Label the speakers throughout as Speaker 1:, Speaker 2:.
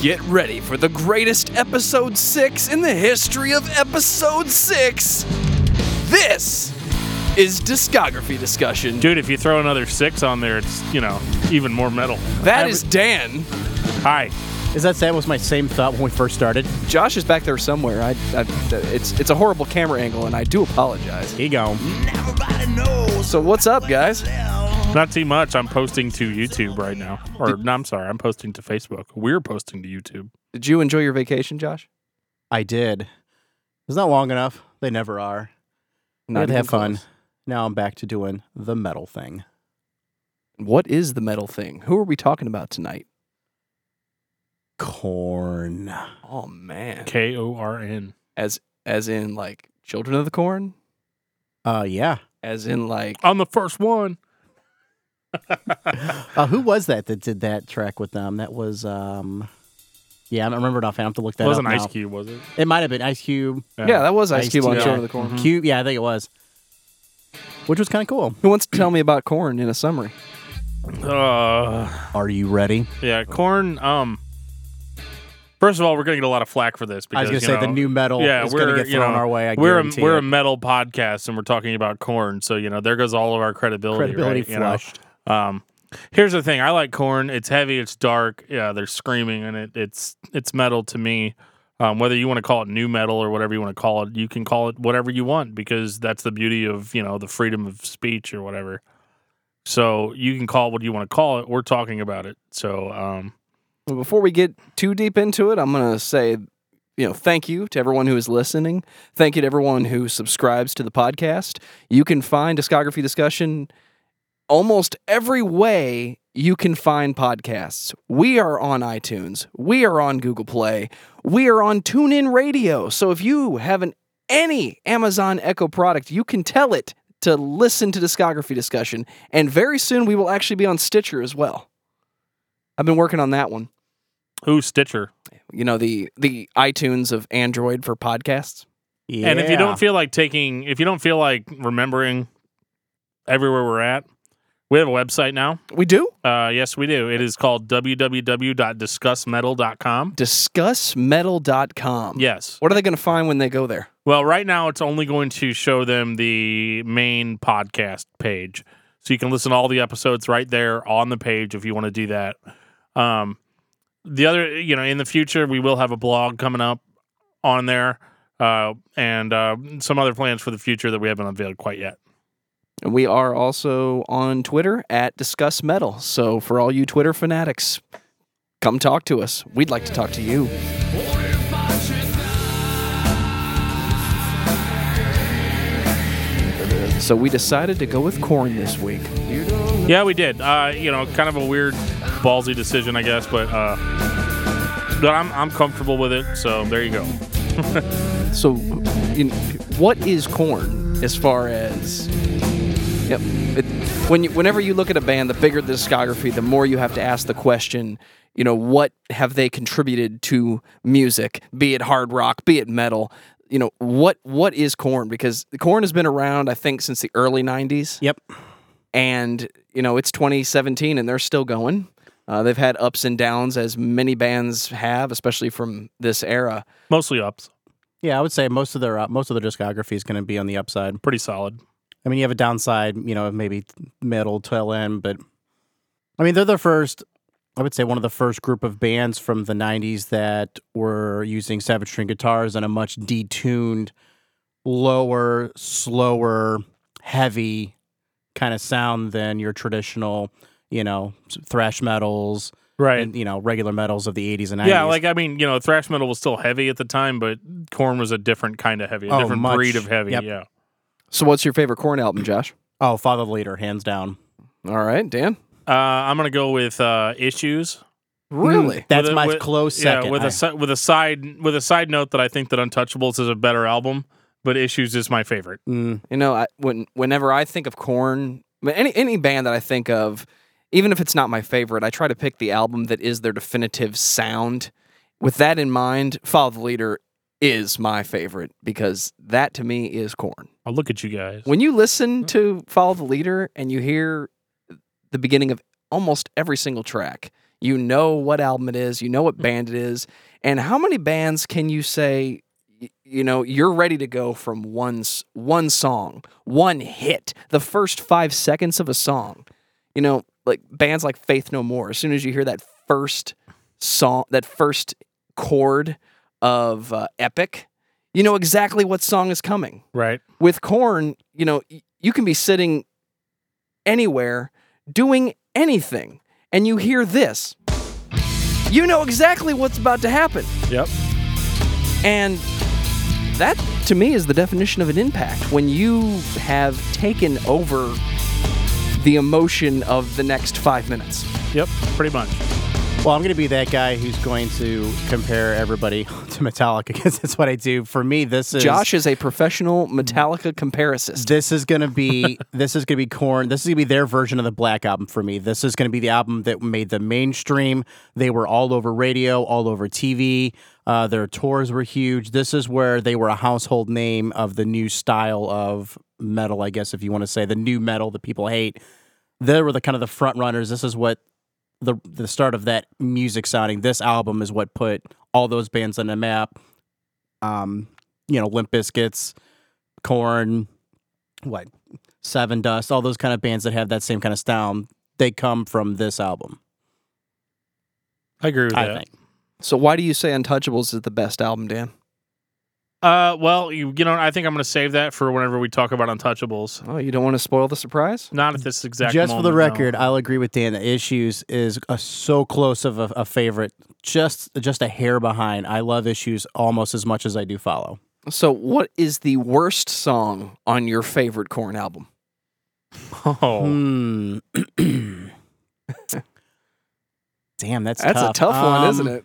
Speaker 1: Get ready for the greatest episode 6 in the history of episode 6. This is discography discussion.
Speaker 2: Dude, if you throw another six on there, it's, you know, even more metal.
Speaker 1: That is Dan.
Speaker 2: Hi.
Speaker 3: Is that that was my same thought when we first started?
Speaker 1: Josh is back there somewhere. I, I it's it's a horrible camera angle and I do apologize.
Speaker 3: Here you go.
Speaker 1: So what's up, guys?
Speaker 2: Not too much. I'm posting to YouTube right now. Or, no, I'm sorry. I'm posting to Facebook. We're posting to YouTube.
Speaker 1: Did you enjoy your vacation, Josh?
Speaker 3: I did. It's not long enough. They never are.
Speaker 1: Not
Speaker 3: Not had to
Speaker 1: even
Speaker 3: have fun.
Speaker 1: close.
Speaker 3: Now I'm back to doing the metal thing.
Speaker 1: What is the metal thing? Who are we talking about tonight?
Speaker 3: Corn.
Speaker 1: Oh man.
Speaker 2: K O R N.
Speaker 1: As as in like Children of the Corn?
Speaker 3: Uh, yeah.
Speaker 1: As in like
Speaker 2: I'm the first one.
Speaker 3: Uh, who was that that did that track with them? That was um, yeah, I don't remember it offhand. I have to look that
Speaker 2: It
Speaker 3: up.
Speaker 2: wasn't Ice
Speaker 3: now.
Speaker 2: Cube, was it?
Speaker 3: It might have been Ice Cube.
Speaker 1: Yeah, that was Ice Mm-hmm.
Speaker 3: Ice
Speaker 1: Cube on
Speaker 3: Cube. Mm-hmm.
Speaker 1: Children of the Corn.
Speaker 3: Cube. Yeah, I think it was. Which was kind of cool.
Speaker 1: Who wants to tell me about corn in a summary?
Speaker 2: Uh,
Speaker 3: Are you ready?
Speaker 2: yeah, Corn. Um, first of all, we're gonna get a lot of flack for this.
Speaker 3: I
Speaker 2: Because,
Speaker 3: was gonna
Speaker 2: you
Speaker 3: say the
Speaker 2: know,
Speaker 3: new metal
Speaker 2: Yeah,
Speaker 3: is
Speaker 2: we're
Speaker 3: gonna get
Speaker 2: you
Speaker 3: thrown
Speaker 2: know,
Speaker 3: our way. I
Speaker 2: we're a,
Speaker 3: guarantee
Speaker 2: we're
Speaker 3: it.
Speaker 2: a metal podcast, and we're talking about Corn. So you know, there goes all of our credibility.
Speaker 3: credibility
Speaker 2: right, you know?
Speaker 3: flushed.
Speaker 2: Um, here's the thing: I like corn. It's heavy. It's dark. Yeah, they're screaming, and it, it's it's metal to me. Um, whether you want to call it new metal or whatever you want to call it, you can call it whatever you want because that's the beauty of you know the freedom of speech or whatever. So you can call it what you want to call it. We're talking about it. So um,
Speaker 1: Well, Before we get too deep into it, I'm going to say, you know, thank you to everyone who is listening. Thank you to everyone who subscribes to the podcast. You can find Discography Discussion almost every way you can find podcasts. We are on iTunes, we are on Google Play, we are on TuneIn Radio. So if you have an any Amazon Echo product, you can tell it to listen to Discography Discussion. And very soon we will actually be on Stitcher as well. I've been working on that one
Speaker 2: who Stitcher?
Speaker 1: you know the the iTunes of Android for podcasts.
Speaker 3: yeah.
Speaker 2: And if you don't feel like taking, if you don't feel like remembering everywhere we're at, we have a website now.
Speaker 1: We do
Speaker 2: Uh, yes, we do. It is called www.discussmetal.com.
Speaker 1: discussmetal.com.
Speaker 2: Yes.
Speaker 1: What are they going to find when they go there?
Speaker 2: Well, right now it's only going to show them the main podcast page. So you can listen to all the episodes right there on the page if you want to do that. Um, the other, you know, in the future, we will have a blog coming up on there uh, and uh, some other plans for the future that we haven't unveiled quite yet.
Speaker 1: And we are also on Twitter at discussmetal. So for all you Twitter fanatics, come talk to us. We'd like to talk to you. So we decided to go with corn this week.
Speaker 2: Yeah, we did. Uh, you know, kind of a weird, ballsy decision, I guess, but. Uh, but I'm, I'm comfortable with it, so there you go.
Speaker 1: So, in, what is corn as far as? Yep. It, when you, whenever you look at a band, the bigger the discography, the more you have to ask the question. You know, what have they contributed to music? Be it hard rock, be it metal. You know, what what is corn? Because corn has been around, I think, since the early '90s
Speaker 3: Yep.
Speaker 1: and you know it's 2017 and they're still going uh, they've had ups and downs as many bands have especially from this era
Speaker 2: Mostly ups,
Speaker 3: Yeah, I would say most of their uh, most of their discography is going to be on the upside.
Speaker 2: pretty solid.
Speaker 3: I mean, you have a downside, you know, maybe middle tail end, but I mean, they're the first. I would say one of the first group of bands from the '90s that were using Savage String guitars and a much detuned, lower, slower, heavy kind of sound than your traditional, you know, thrash metals
Speaker 2: Right.
Speaker 3: and you know regular metals of the '80s and '90s.
Speaker 2: Yeah, like I mean, you know, thrash metal was still heavy at the time, but corn was a different kind of heavy, a
Speaker 3: Oh,
Speaker 2: different
Speaker 3: much.
Speaker 2: breed of heavy.
Speaker 3: Yep.
Speaker 2: Yeah.
Speaker 1: so what's your favorite corn album josh
Speaker 3: oh, Father the Leader, hands down.
Speaker 1: all right dan
Speaker 2: Uh, I'm gonna go with uh, issues.
Speaker 1: really
Speaker 3: That's
Speaker 2: With a-
Speaker 3: my
Speaker 2: with-
Speaker 3: close second.
Speaker 2: Yeah, with a
Speaker 3: I-
Speaker 2: si- with a side with a side note that I think that Untouchables is a better album, but Issues is my favorite.
Speaker 3: Mm,
Speaker 1: you know I, when whenever i think of corn any any band that i think of even if it's not my favorite i try to pick the album that is their definitive sound with that in mind follow the leader is my favorite because that to me is corn.
Speaker 2: I'll look at you guys.
Speaker 1: When you listen to Follow the Leader and you hear the beginning of almost every single track, you know what album it is, you know what band it is, and how many bands can you say y- you know you're ready to go from one s- one song, one hit, the first 5 seconds of a song. You know, like bands like Faith No More, as soon as you hear that first song, that first chord of uh, epic, you know exactly what song is coming
Speaker 2: Right.
Speaker 1: with corn, you know, y- you can be sitting anywhere doing anything and you hear this. You know exactly what's about to happen.
Speaker 2: Yep.
Speaker 1: And that to me is the definition of an impact when you have taken over the emotion of the next 5 minutes.
Speaker 2: Yep. Pretty much.
Speaker 3: Well, I'm going to be that guy who's going to compare everybody to Metallica because that's what I do. For me, this is
Speaker 1: Josh is a professional Metallica comparisist.
Speaker 3: This is going to be this is going to be corn. This is going to be their version of the Black album for me. This is going to be the album that made the mainstream. They were all over radio, all over TV. Uh, their tours were huge. This is where they were a household name of the new style of metal, I guess, if you want to say the new metal that people hate. They were the kind of the front runners. This is what the the start of that music sounding. This album is what put all those bands on the map. Um, you know, Limp Biscuits, Corn, what Seven Dust, all those kind of bands that have that same kind of sound. They come from this album,
Speaker 2: I agree with
Speaker 3: I
Speaker 2: that.
Speaker 3: think.
Speaker 1: So why do you say Untouchables is the best album, Dan?
Speaker 2: Uh, well, you, you know, I think I'm going to save that for whenever we talk about Untouchables.
Speaker 1: Oh, you don't want to spoil the surprise?
Speaker 2: Not at this exact.
Speaker 3: Just for the
Speaker 2: moment, no.
Speaker 3: record, I'll agree with Dan. that Issues is a, so close of a, a favorite, just just a hair behind. I love Issues almost as much as I do Follow.
Speaker 1: So what is the worst song on your favorite corn album?
Speaker 2: Oh,
Speaker 3: Hmm. Damn, that's
Speaker 1: That's
Speaker 3: tough.
Speaker 1: a tough one, isn't
Speaker 3: Um,
Speaker 1: it?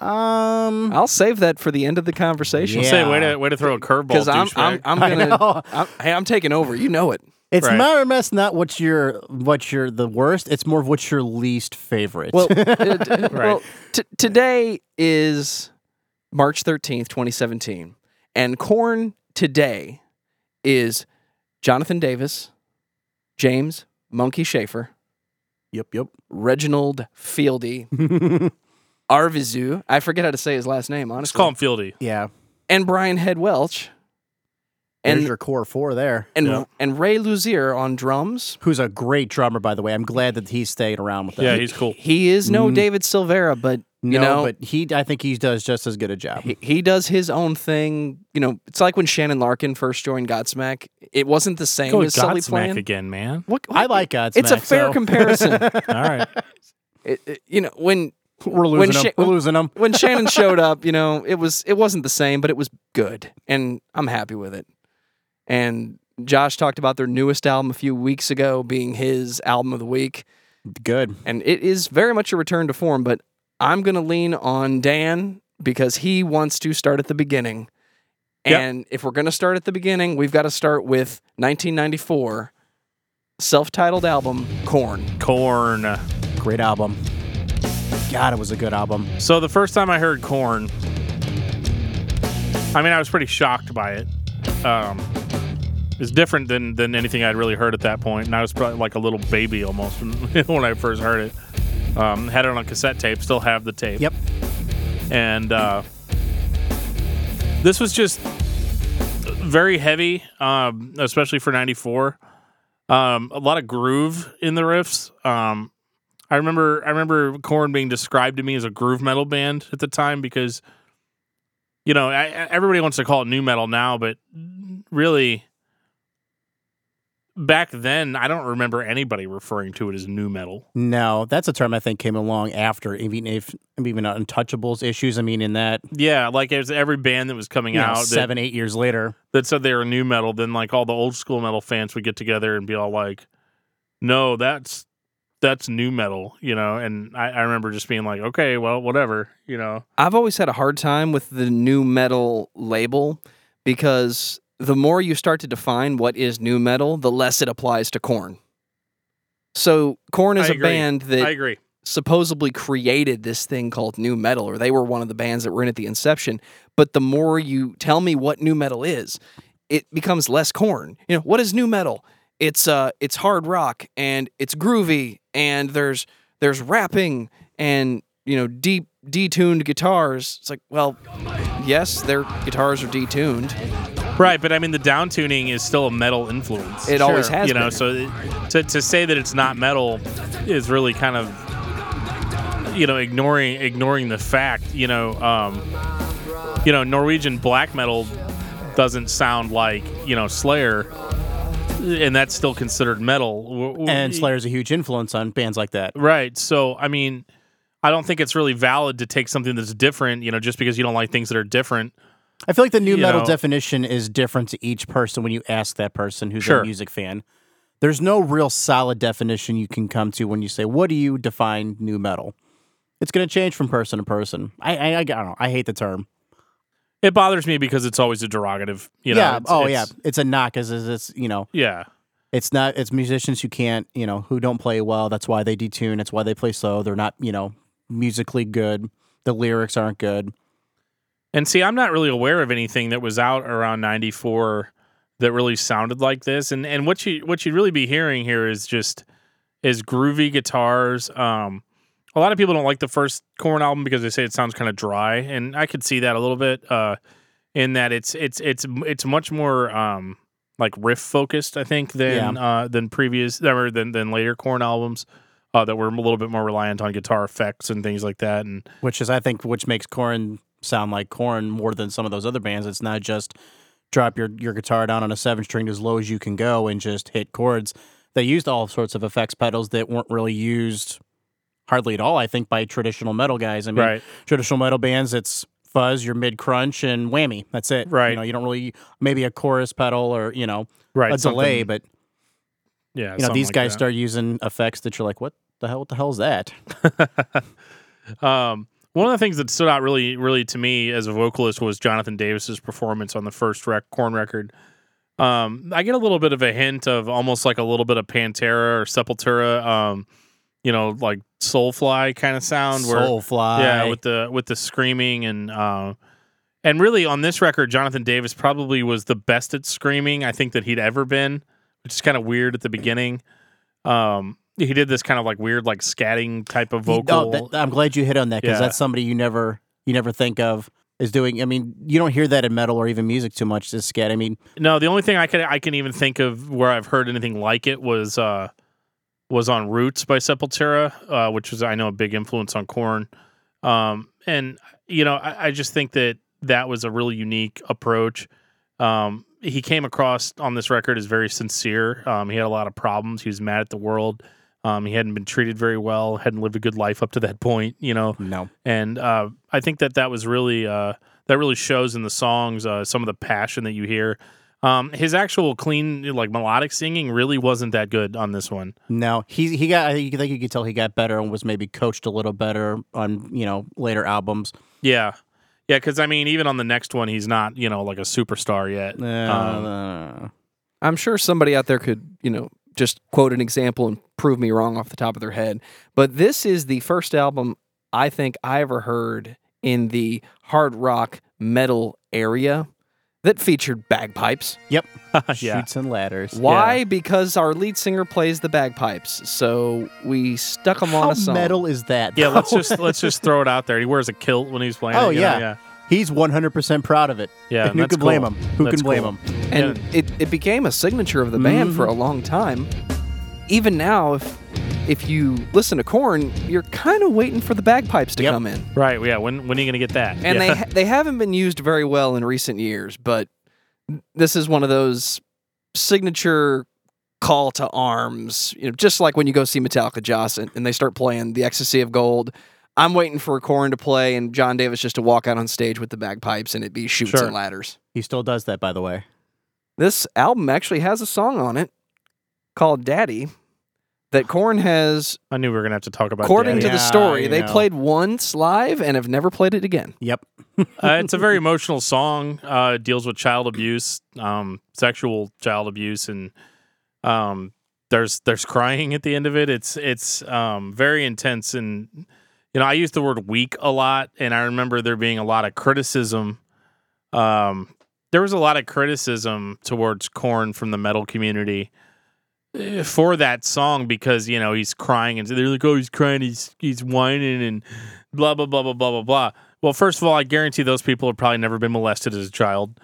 Speaker 3: Um,
Speaker 1: I'll save that for the end of the conversation.
Speaker 2: I'll
Speaker 3: Yeah.
Speaker 2: say way to way to throw a curveball.
Speaker 1: Because I'm, I'm,
Speaker 2: douchebag.
Speaker 1: I'm
Speaker 3: I
Speaker 1: gonna,
Speaker 3: know.
Speaker 1: I'm, hey, I'm taking over. You know it.
Speaker 3: It's
Speaker 2: Right.
Speaker 3: more or less not what's your what's your the worst. It's more of what's your least favorite.
Speaker 1: Well, it- well,
Speaker 2: Right.
Speaker 1: t- today is March 13th, 2017, and corn today is Jonathan Davis, James Monkey Schaefer,
Speaker 3: yep, yep.
Speaker 1: Reginald Fieldy, Arvizu. I forget how to say his last name. Honestly,
Speaker 2: Let's call him Fieldy.
Speaker 3: yeah,
Speaker 1: and Brian Head Welch,
Speaker 3: and
Speaker 1: and
Speaker 3: there's your core four there.
Speaker 1: and
Speaker 2: Yeah.
Speaker 1: and Ray Luzier on drums.
Speaker 3: Who's a great drummer, by the way. I'm glad that he stayed around with that.
Speaker 2: Yeah, he's cool.
Speaker 1: He is no
Speaker 3: Mm.
Speaker 1: David Silvera, but
Speaker 3: no,
Speaker 1: you know,
Speaker 3: but he I think he does just as good a job.
Speaker 1: he, he does his own thing. You know, it's like when Shannon Larkin first joined Godsmack. It wasn't the same
Speaker 2: Go with
Speaker 1: as Sully
Speaker 2: Godsmack
Speaker 1: playing.
Speaker 2: again, man.
Speaker 1: What,
Speaker 3: I like Godsmack.
Speaker 1: It's a fair
Speaker 3: so-
Speaker 1: comparison.
Speaker 2: All right.
Speaker 1: It- it- you know, when
Speaker 3: We're losing him.
Speaker 1: Sha-
Speaker 3: We're losing him.
Speaker 1: when Shannon showed up, you know, it was it wasn't the same, but it was good, and I'm happy with it. And Josh talked about their newest album a few weeks ago being his album of the week.
Speaker 3: Good.
Speaker 1: and it is very much a return to form, but I'm going to lean on Dan because he wants to start at the beginning.
Speaker 2: Yep.
Speaker 1: And if we're going to start at the beginning, we've got to start with 1994 self-titled album Corn.
Speaker 2: Corn.
Speaker 3: Great album. God, it was a good album.
Speaker 2: So the first time I heard corn, I mean, I was pretty shocked by it. Um, it's different than than anything I'd really heard at that point, and I was probably like a little baby almost when, when I first heard it. Um, had it on a cassette tape, still have the tape.
Speaker 3: Yep.
Speaker 2: And uh, this was just very heavy, um, especially for '94. Um, a lot of groove in the riffs. Um, I remember I remember Korn being described to me as a groove metal band at the time because you know, I, I- everybody wants to call it new metal now, but really back then I don't remember anybody referring to it as new metal.
Speaker 3: No, that's a term I think came along after even if even untouchables issues. I mean, in that
Speaker 2: Yeah, like it was every band that was coming
Speaker 3: you know,
Speaker 2: out that-
Speaker 3: seven eight years later.
Speaker 2: that said they were new metal, then like all the old school metal fans would get together and be all like, "No, that's that's new metal," you know. And I, I remember just being like, "Okay, well, whatever," you know.
Speaker 1: I've always had a hard time with the new metal label because the more you start to define what is new metal, the less it applies to Corn. So Corn is
Speaker 2: I
Speaker 1: a
Speaker 2: agree.
Speaker 1: band that
Speaker 2: I agree.
Speaker 1: supposedly created this thing called new metal or they were one of the bands that were in at the inception but the more you tell me what new metal is it becomes less corn you know what is new metal it's uh it's hard rock and it's groovy and there's there's rapping and you know deep detuned guitars it's like well yes their guitars are detuned
Speaker 2: Right, but I mean the downtuning is still a metal influence.
Speaker 1: It always has
Speaker 2: you know.
Speaker 1: been.
Speaker 2: So it- to to say that it's not metal is really kind of you know ignoring ignoring the fact. You know, um, you know Norwegian black metal doesn't sound like you know Slayer, and that's still considered metal. W- w-
Speaker 3: And Slayer's a huge influence on bands like that.
Speaker 2: Right. So, I mean, I don't think it's really valid to take something that's different, you know, just because you don't like things that are different.
Speaker 3: I feel like the new
Speaker 2: You
Speaker 3: metal
Speaker 2: know-
Speaker 3: definition is different to each person when you ask that person who's
Speaker 2: Sure.
Speaker 3: a music fan. There's no real solid definition you can come to when you say, "What do you define new metal?" It's going to change from person to person. I, I, I, I don't know. I hate the term.
Speaker 2: It bothers me because it's always a derogative, you know.
Speaker 3: yeah.
Speaker 2: it's-
Speaker 3: oh,
Speaker 2: it's-
Speaker 3: yeah. It's a knock. Is is it's you know,
Speaker 2: Yeah.
Speaker 3: it's not. It's musicians who can't you know who don't play well. That's why they detune. That's why they play slow. They're not you know musically good. The lyrics aren't good.
Speaker 2: And see, I'm not really aware of anything that was out around 94 that really sounded like this. And and what you what you'd really be hearing here is just is groovy guitars. Um a lot of people don't like the first Korn album because they say it sounds kind of dry, and I could see that a little bit uh in that it's it's it's it's much more um like riff focused, I think, than uh than previous or than than later Korn albums. Uh, that were a little bit more reliant on guitar effects and things like that, and
Speaker 3: which is I think which makes Corn sound like Corn more than some of those other bands. It's not just drop your, your guitar down on a seven string as low as you can go and just hit chords. They used all sorts of effects pedals that weren't really used hardly at all, I think, by traditional metal guys. I mean
Speaker 2: right,
Speaker 3: traditional metal bands it's fuzz, your mid crunch and whammy. That's it.
Speaker 2: Right.
Speaker 3: You know, you don't really maybe a chorus pedal or, you know,
Speaker 2: right,
Speaker 3: a delay,
Speaker 2: something-
Speaker 3: but
Speaker 2: Yeah,
Speaker 3: you know,
Speaker 2: something
Speaker 3: these
Speaker 2: like
Speaker 3: guys
Speaker 2: that.
Speaker 3: start using effects that you're like, what the hell what the hell is that?
Speaker 2: um, one of the things that stood out really, really to me as a vocalist was Jonathan Davis's performance on the first rec- Corn record. Um, I get a little bit of a hint of almost like a little bit of Pantera or Sepultura, um, you know, like Soulfly kind of sound. where
Speaker 3: Soulfly.
Speaker 2: yeah, with the with the screaming and uh, and really on this record, Jonathan Davis probably was the best at screaming I think that he'd ever been, which is kind of weird at the beginning. Um, he did this kind of like weird like scatting type of
Speaker 3: You-
Speaker 2: vocal.
Speaker 3: oh, that, I'm glad you hit on that because
Speaker 2: Yeah.
Speaker 3: that's somebody you never you never think of as doing. I mean, you don't hear that in metal or even music too much. This scat. I mean,
Speaker 2: No, the only thing I can I can even think of where I've heard anything like it was uh was on Roots by Sepultura, uh, which was I know a big influence on Corn. Um, and you know I, I just think that that was a really unique approach. Um, he came across on this record as very sincere. Um, he had a lot of problems. He was mad at the world. Um, he hadn't been treated very well. Hadn't lived a good life up to that point. You know
Speaker 3: no,
Speaker 2: and uh, I think that that was really uh, that really shows in the songs uh, some of the passion that you hear. Um, his actual clean like melodic singing really wasn't that good on this one.
Speaker 3: no. He he got. I think you could tell he got better and was maybe coached a little better on you know later albums.
Speaker 2: Yeah, yeah, because I mean, even on the next one, he's not you know like a superstar yet.
Speaker 3: Uh,
Speaker 2: Um,
Speaker 1: I'm sure somebody out there could, you know, just quote an example and prove me wrong off the top of their head. But this is the first album I think I ever heard in the hard rock metal area that featured bagpipes.
Speaker 3: yep.
Speaker 2: Yeah.
Speaker 3: Shoots and ladders.
Speaker 1: Why? Because our lead singer plays the bagpipes. So we stuck them on
Speaker 3: How
Speaker 1: a song.
Speaker 3: metal is that?
Speaker 2: uh, yeah, let's
Speaker 3: though?
Speaker 2: just let's just throw it out there. He wears a kilt when he's playing.
Speaker 3: Oh,
Speaker 2: it, you know?
Speaker 3: yeah. He's 100 percent proud of it.
Speaker 2: yeah, yeah.
Speaker 3: and who
Speaker 2: that's
Speaker 3: can blame
Speaker 2: cool.
Speaker 3: him? Who
Speaker 2: That's
Speaker 3: can blame
Speaker 2: cool.
Speaker 3: him?
Speaker 1: and
Speaker 2: Yeah.
Speaker 1: it, it became a signature of the band for a
Speaker 3: Mm-hmm.
Speaker 1: long time. Even now, if if you listen to Korn, you're kind of waiting for the bagpipes to
Speaker 3: Yep.
Speaker 1: come in,
Speaker 2: Right? Yeah. When when are you gonna get that?
Speaker 1: and
Speaker 2: yeah.
Speaker 1: they ha- they haven't been used very well in recent years. But this is one of those signature call to arms. You know, just like when you go see Metallica Joss and, and they start playing "The Ecstasy of Gold." I'm waiting for Korn to play and John Davis just to walk out on stage with the bagpipes and it be shoots
Speaker 2: Sure.
Speaker 1: and ladders.
Speaker 3: He still does that, by the way.
Speaker 1: This album actually has a song on it called Daddy that Korn has,
Speaker 2: I knew we were gonna have to talk about.
Speaker 1: according to
Speaker 2: Daddy.
Speaker 1: the
Speaker 3: Yeah,
Speaker 1: story,
Speaker 3: you
Speaker 1: they
Speaker 3: know.
Speaker 1: played once live and have never played it again.
Speaker 3: Yep.
Speaker 2: uh, it's a very emotional song. Uh, it deals with child abuse, um, sexual child abuse, and um, there's there's crying at the end of it. It's it's um, very intense and you know I use the word weak a lot, and I remember there being a lot of criticism. Um, there was a lot of criticism towards Corn from the metal community eh, for that song because you know he's crying and they're like, oh, he's crying, he's he's whining and blah blah blah blah blah blah blah. Well, first of all, I guarantee those people have probably never been molested as a child.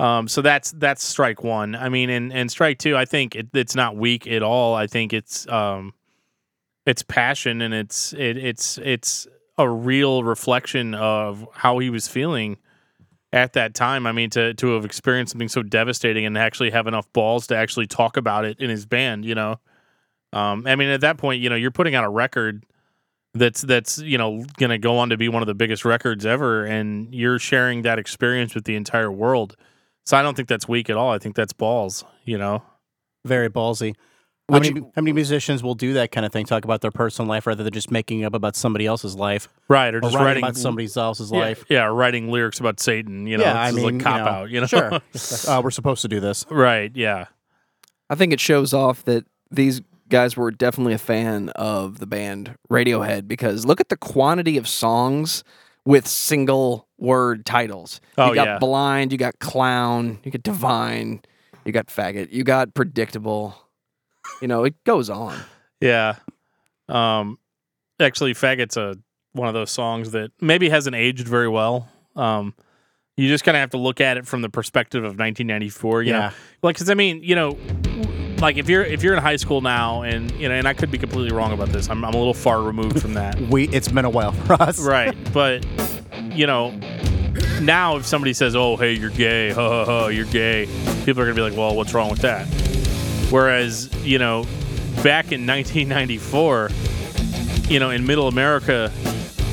Speaker 2: Um, so that's that's strike one. I mean, and and strike two, I think it, it's not weak at all. I think it's um, it's passion and it's it, it's it's a real reflection of how he was feeling at that time. I mean, to to have experienced something so devastating and actually have enough balls to actually talk about it in his band, you know. Um, I mean, at that point, you know, you're putting out a record that's that's you know going to go on to be one of the biggest records ever, and you're sharing that experience with the entire world. So I don't think that's weak at all. I think that's balls. You know,
Speaker 3: Very ballsy. How
Speaker 1: Would
Speaker 3: many,
Speaker 1: you-
Speaker 3: how many musicians will do that kind of thing? Talk about their personal life rather than just making up about somebody else's life
Speaker 2: right? Or
Speaker 3: or
Speaker 2: just
Speaker 3: writing,
Speaker 2: writing
Speaker 3: about somebody else's
Speaker 2: yeah,
Speaker 3: life.
Speaker 2: Yeah, writing lyrics about Satan. You know, it's just like
Speaker 3: you
Speaker 2: cop
Speaker 3: know,
Speaker 2: out. You know,
Speaker 3: sure. uh, we're supposed to do this.
Speaker 2: right? Yeah,
Speaker 1: I think it shows off that these guys were definitely a fan of the band Radiohead because look at the quantity of songs with single word titles.
Speaker 2: Oh,
Speaker 1: you got
Speaker 2: yeah.
Speaker 1: blind, you got clown, you got divine, you got faggot, you got predictable. You know, it goes on.
Speaker 2: yeah. Um, actually, faggot's a one of those songs that maybe hasn't aged very well. Um, you just kind of have to look at it from the perspective of 1994. You know,
Speaker 3: Yeah.
Speaker 2: like because i mean you know like if you're if you're in high school now and you know and i could be completely wrong about this i'm, I'm a little far removed from that
Speaker 3: We it's been a while for us.
Speaker 2: right but you know now if somebody says oh hey you're gay ha ha ha you're gay people are gonna be like well what's wrong with that whereas you know back in 1994 you know in middle america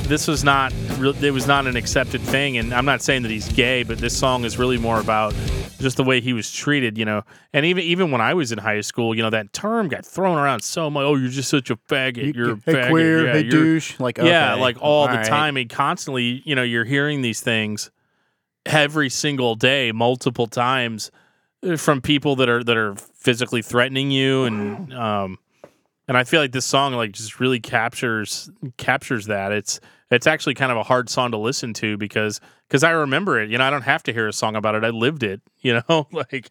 Speaker 2: this was not real- it was not an accepted thing and i'm not saying that he's gay but this song is really more about just the way he was treated you know and even even when i was in high school you know that term got thrown around so much oh you're just such a faggot you, are a
Speaker 3: hey,
Speaker 2: faggot
Speaker 3: queer,
Speaker 2: yeah,
Speaker 3: hey,
Speaker 2: you're-
Speaker 3: douche. Like,
Speaker 2: yeah,
Speaker 3: okay,
Speaker 2: like all, the
Speaker 3: right.
Speaker 2: time and constantly, you know, you're hearing these things every single day, multiple times uh, from people that are that are physically threatening you and um and I feel like this song like just really captures captures that. It's it's actually kind of a hard song to listen to because because I remember it. You know, I don't have to hear a song about it. I lived it, you know, like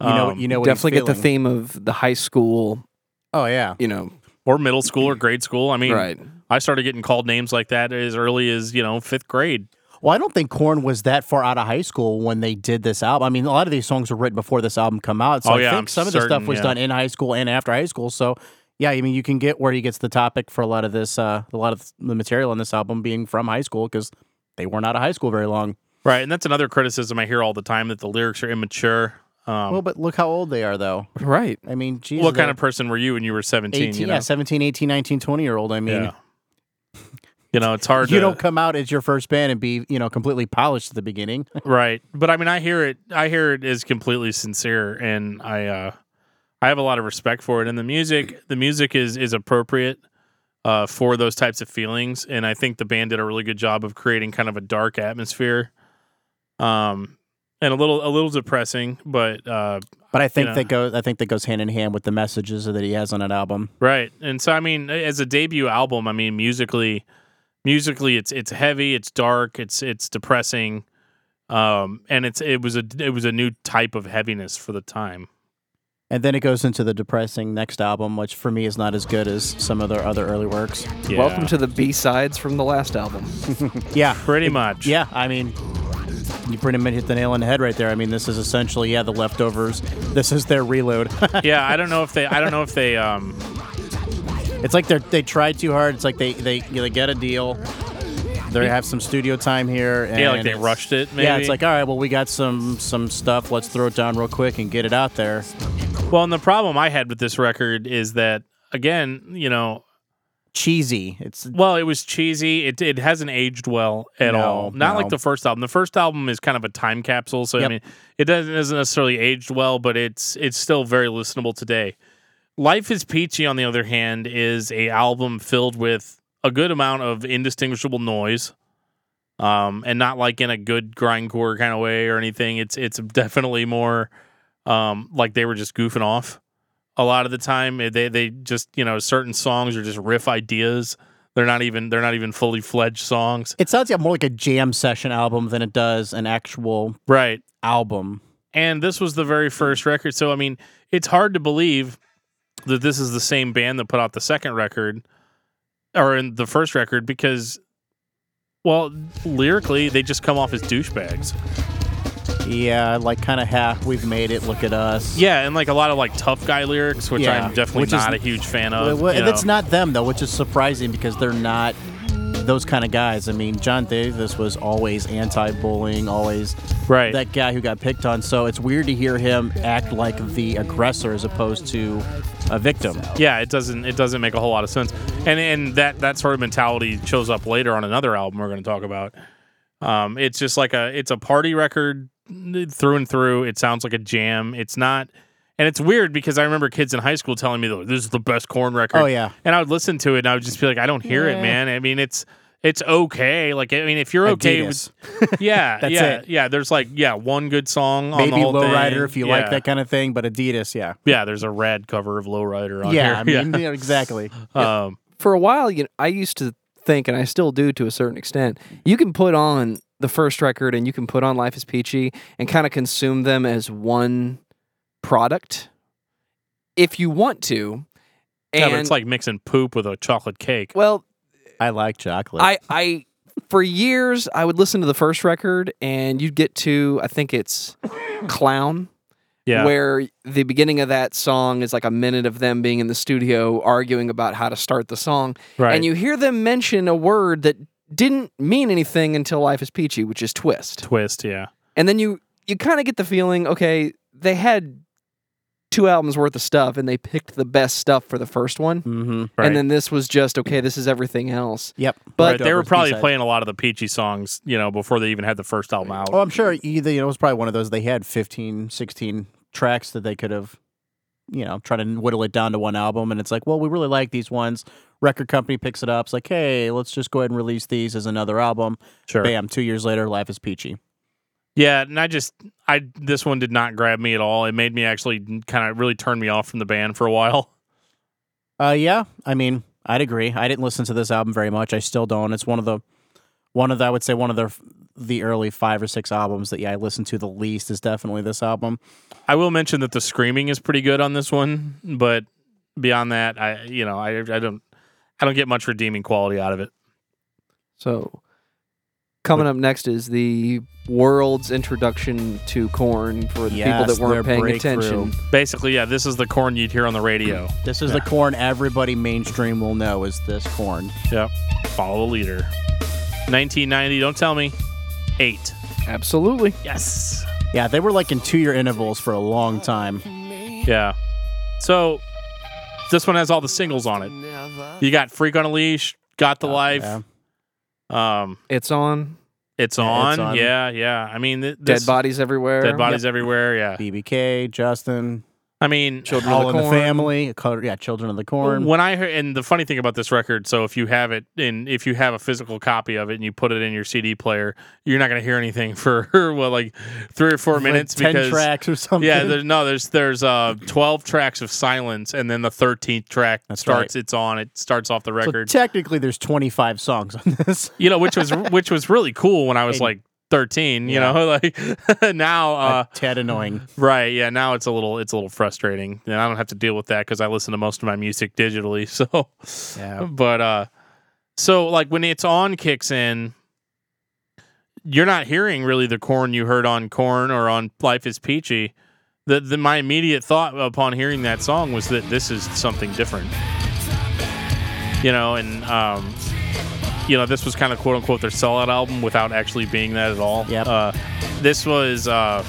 Speaker 3: You know,
Speaker 2: um,
Speaker 3: you know what he's
Speaker 1: definitely get the
Speaker 3: feeling.
Speaker 1: theme of the high school,
Speaker 3: Oh yeah,
Speaker 1: you know,
Speaker 2: or middle school or grade school. I mean,
Speaker 1: right.
Speaker 2: I started getting called names like that as early as, you know, 5th grade.
Speaker 3: Well, I don't think Korn was that far out of high school when they did this album. I mean, a lot of these songs were written before this album come out. So
Speaker 2: Oh,
Speaker 3: I
Speaker 2: yeah,
Speaker 3: think
Speaker 2: I'm
Speaker 3: some of the stuff
Speaker 2: certain,
Speaker 3: was
Speaker 2: yeah.
Speaker 3: done in high school and after high school. So yeah, I mean, you can get where he gets the topic for a lot of this, uh, a lot of the material in this album being from high school because they weren't out of high school very long.
Speaker 2: Right, and that's another criticism I hear all the time that the lyrics are immature. Um,
Speaker 3: well, but look how old they are, though.
Speaker 1: Right.
Speaker 3: I mean, geez,
Speaker 2: what kind
Speaker 3: they're
Speaker 2: of person were you when you were seventeen?
Speaker 3: 18,
Speaker 2: you know?
Speaker 3: yeah, 17, 18, 19, 20 year old. I mean,
Speaker 2: Yeah. You know, it's hard.
Speaker 3: you
Speaker 2: to,
Speaker 3: don't come out as your first band and be, you know, completely polished at the beginning.
Speaker 2: right, but I mean, I hear it. I hear it is completely sincere, and I, uh, I have a lot of respect for it. And the music, the music is is appropriate uh, for those types of feelings, and I think the band did a really good job of creating kind of a dark atmosphere, um, and a little a little depressing, but uh,
Speaker 3: But I think
Speaker 2: know.
Speaker 3: that goes, I think that goes hand in hand with the messages that he has on an album.
Speaker 2: Right. And so I mean as a debut album, I mean musically musically it's it's heavy, it's dark, it's it's depressing. Um and it's it was a it was a new type of heaviness for the time.
Speaker 3: And then it goes into the depressing next album, which for me is not as good as some of their other early works.
Speaker 2: Yeah.
Speaker 1: Welcome to the B sides from the last album.
Speaker 3: Yeah.
Speaker 2: pretty much.
Speaker 3: Yeah. I mean, you pretty much hit the nail on the head right there. I mean, this is essentially, yeah, the leftovers. This is their reload.
Speaker 2: Yeah, I don't know if they I don't know if they um
Speaker 3: it's like they they tried too hard. It's like they they, you know, they get a deal. They have some studio time here. And
Speaker 2: yeah, like they
Speaker 3: it's-
Speaker 2: rushed it maybe.
Speaker 3: Yeah, it's like all right. Well, we got some some stuff. Let's throw it down real quick and get it out there.
Speaker 2: Well, and the problem I had with this record is that again, you know,
Speaker 3: Cheesy. It's
Speaker 2: Well, it was cheesy. It it hasn't aged well at
Speaker 3: No,
Speaker 2: all. Not like
Speaker 3: no.
Speaker 2: the first album. The first album is kind of a time capsule. So I
Speaker 3: Yep.
Speaker 2: mean, it doesn't isn't necessarily aged well, but it's it's still very listenable today. Life is Peachy, on the other hand, is a album filled with a good amount of indistinguishable noise, um, and not like in a good grindcore kind of way or anything. It's it's definitely more um, like they were just goofing off a lot of the time they they just you know certain songs are just riff ideas they're not even they're not even fully fledged songs
Speaker 3: It sounds yeah, more like a jam session album than it does an actual
Speaker 2: right
Speaker 3: album.
Speaker 2: and this was the very first record so i mean it's hard to believe that this is the same band that put out the second record or in the first record because well lyrically they just come off as douchebags
Speaker 3: Yeah, like kind of half we've made it. Look at us.
Speaker 2: yeah and like a lot of like tough guy lyrics which
Speaker 3: Yeah,
Speaker 2: i'm definitely
Speaker 3: which is-
Speaker 2: not a huge fan
Speaker 3: Well,
Speaker 2: of
Speaker 3: well,
Speaker 2: Um, you
Speaker 3: and it's
Speaker 2: know.
Speaker 3: not them though, which is surprising because they're not those kind of guys. I mean, John Davis was always anti-bullying, always
Speaker 2: right
Speaker 3: that guy who got picked on. So it's weird to hear him act like the aggressor as opposed to a victim.
Speaker 2: yeah it doesn't it doesn't make a whole lot of sense and and that that sort of mentality shows up later on another album we're going to talk about um it's just like a it's a party record through and through it sounds like a jam it's not and it's weird because i remember kids in high school telling me this is the best corn record
Speaker 3: Oh yeah,
Speaker 2: and i would listen to it and i would just be like i don't hear it
Speaker 3: Yeah.
Speaker 2: man i mean it's it's okay like i mean if you're okay
Speaker 3: Adidas.
Speaker 2: with yeah
Speaker 3: That's
Speaker 2: yeah
Speaker 3: it.
Speaker 2: yeah there's like yeah one good song on the
Speaker 3: maybe
Speaker 2: whole thing.
Speaker 3: lowrider if you like
Speaker 2: Yeah.
Speaker 3: that kind of thing, but Adidas, yeah,
Speaker 2: yeah there's a rad cover of lowrider on
Speaker 3: yeah,
Speaker 2: here
Speaker 3: I mean, yeah, exactly.
Speaker 2: yeah. um
Speaker 1: for a while, you know, I used to think, and I still do to a certain extent, you can put on the first record and you can put on Life is Peachy and kind of consume them as one product if you want to. And
Speaker 2: yeah, but it's like mixing poop with a chocolate cake.
Speaker 1: well,
Speaker 3: I like chocolate.
Speaker 1: I, I, for years, I would listen to the first record and you'd get to, I think it's Clown.
Speaker 2: Yeah,
Speaker 1: where the beginning of that song is like a minute of them being in the studio arguing about how to start the song.
Speaker 2: Right.
Speaker 1: And you hear them mention a word that didn't mean anything until Life is Peachy, which is twist.
Speaker 2: twist. Yeah,
Speaker 1: And then you you kind of get the feeling, okay, they had two albums worth of stuff and they picked the best stuff for the first one.
Speaker 3: mm-hmm.
Speaker 2: right.
Speaker 1: And then this was just okay, this is everything else.
Speaker 3: Yep.
Speaker 1: But
Speaker 2: Right, they were probably
Speaker 3: B-sides.
Speaker 2: playing a lot of the peachy songs, you know, before they even had the first album out.
Speaker 3: Oh, I'm sure either, you know, it was probably one of those they had 15, 16 tracks that they could have, you know, trying to whittle it down to one album. And it's like, well, we really like these ones. Record company picks it up. It's like, hey, let's just go ahead and release these as another album.
Speaker 2: sure.
Speaker 3: Bam, two years later, Life is Peachy.
Speaker 2: Yeah, and I just, I this one did not grab me at all. It made me actually kind of really turn me off from the band for a while.
Speaker 3: Uh, yeah, I mean, I'd agree. I didn't listen to this album very much. I still don't. It's one of the, one of the, I would say one of the, the early five or six albums that, yeah, I listened to the least is definitely this album.
Speaker 2: I will mention that the screaming is pretty good on this one, but beyond that, I, you know, I, I don't, I don't get much redeeming quality out of it.
Speaker 1: So coming up next is the world's introduction to corn for the people
Speaker 3: Yes,
Speaker 1: that weren't
Speaker 3: their
Speaker 1: paying
Speaker 3: breakthrough.
Speaker 1: attention.
Speaker 2: Basically, yeah, this is the corn you'd hear on the radio.
Speaker 3: This is the corn everybody mainstream will know is this corn.
Speaker 2: yep. Follow the leader. 1990. Don't tell me. Eight.
Speaker 1: Absolutely.
Speaker 2: Yes.
Speaker 3: Yeah, they were like in two year intervals for a long time.
Speaker 2: Yeah. So this one has all the singles on it. You got Freak on a Leash, Got the
Speaker 3: Oh,
Speaker 2: Life.
Speaker 3: yeah.
Speaker 2: Um,
Speaker 1: It's on.
Speaker 2: it's,
Speaker 3: Yeah,
Speaker 2: on.
Speaker 3: it's on.
Speaker 2: Yeah, yeah. I mean, th-
Speaker 1: Dead
Speaker 2: this-
Speaker 1: bodies everywhere.
Speaker 2: Dead bodies everywhere. Yeah.
Speaker 3: BBK, Justin,
Speaker 2: I mean,
Speaker 1: Children of
Speaker 3: All in
Speaker 1: the
Speaker 3: the
Speaker 1: Corn.
Speaker 3: Family, Color- yeah, Children of the Corn.
Speaker 2: when I heard, and the funny thing about this record, so if you have it in, if you have a physical copy of it and you put it in your CD player, you're not going to hear anything for well, like three or four
Speaker 3: Like
Speaker 2: minutes
Speaker 3: ten
Speaker 2: because
Speaker 3: tracks or something.
Speaker 2: yeah, there's no, there's there's uh twelve tracks of silence, and then the thirteenth track
Speaker 3: That's
Speaker 2: starts. It's on. It starts off the
Speaker 3: so
Speaker 2: record.
Speaker 3: technically there's 25 songs on this.
Speaker 2: you know, which was which was really cool when I was
Speaker 3: And-
Speaker 2: like 13. You
Speaker 3: Yeah.
Speaker 2: know, like now, uh,
Speaker 3: Tad annoying.
Speaker 2: right? Yeah, now it's a little it's a little frustrating, and I don't have to deal with that because I listen to most of my music digitally. So,
Speaker 3: Yeah.
Speaker 2: but uh, so like when it's on kicks in, you're not hearing really the corn you heard on Corn or on Life Is Peachy. The, the my immediate thought upon hearing that song was that this is something different. You know, and um, you know, this was kind of quote unquote their sellout album without actually being that at all.
Speaker 3: Yep.
Speaker 2: Uh, this was uh,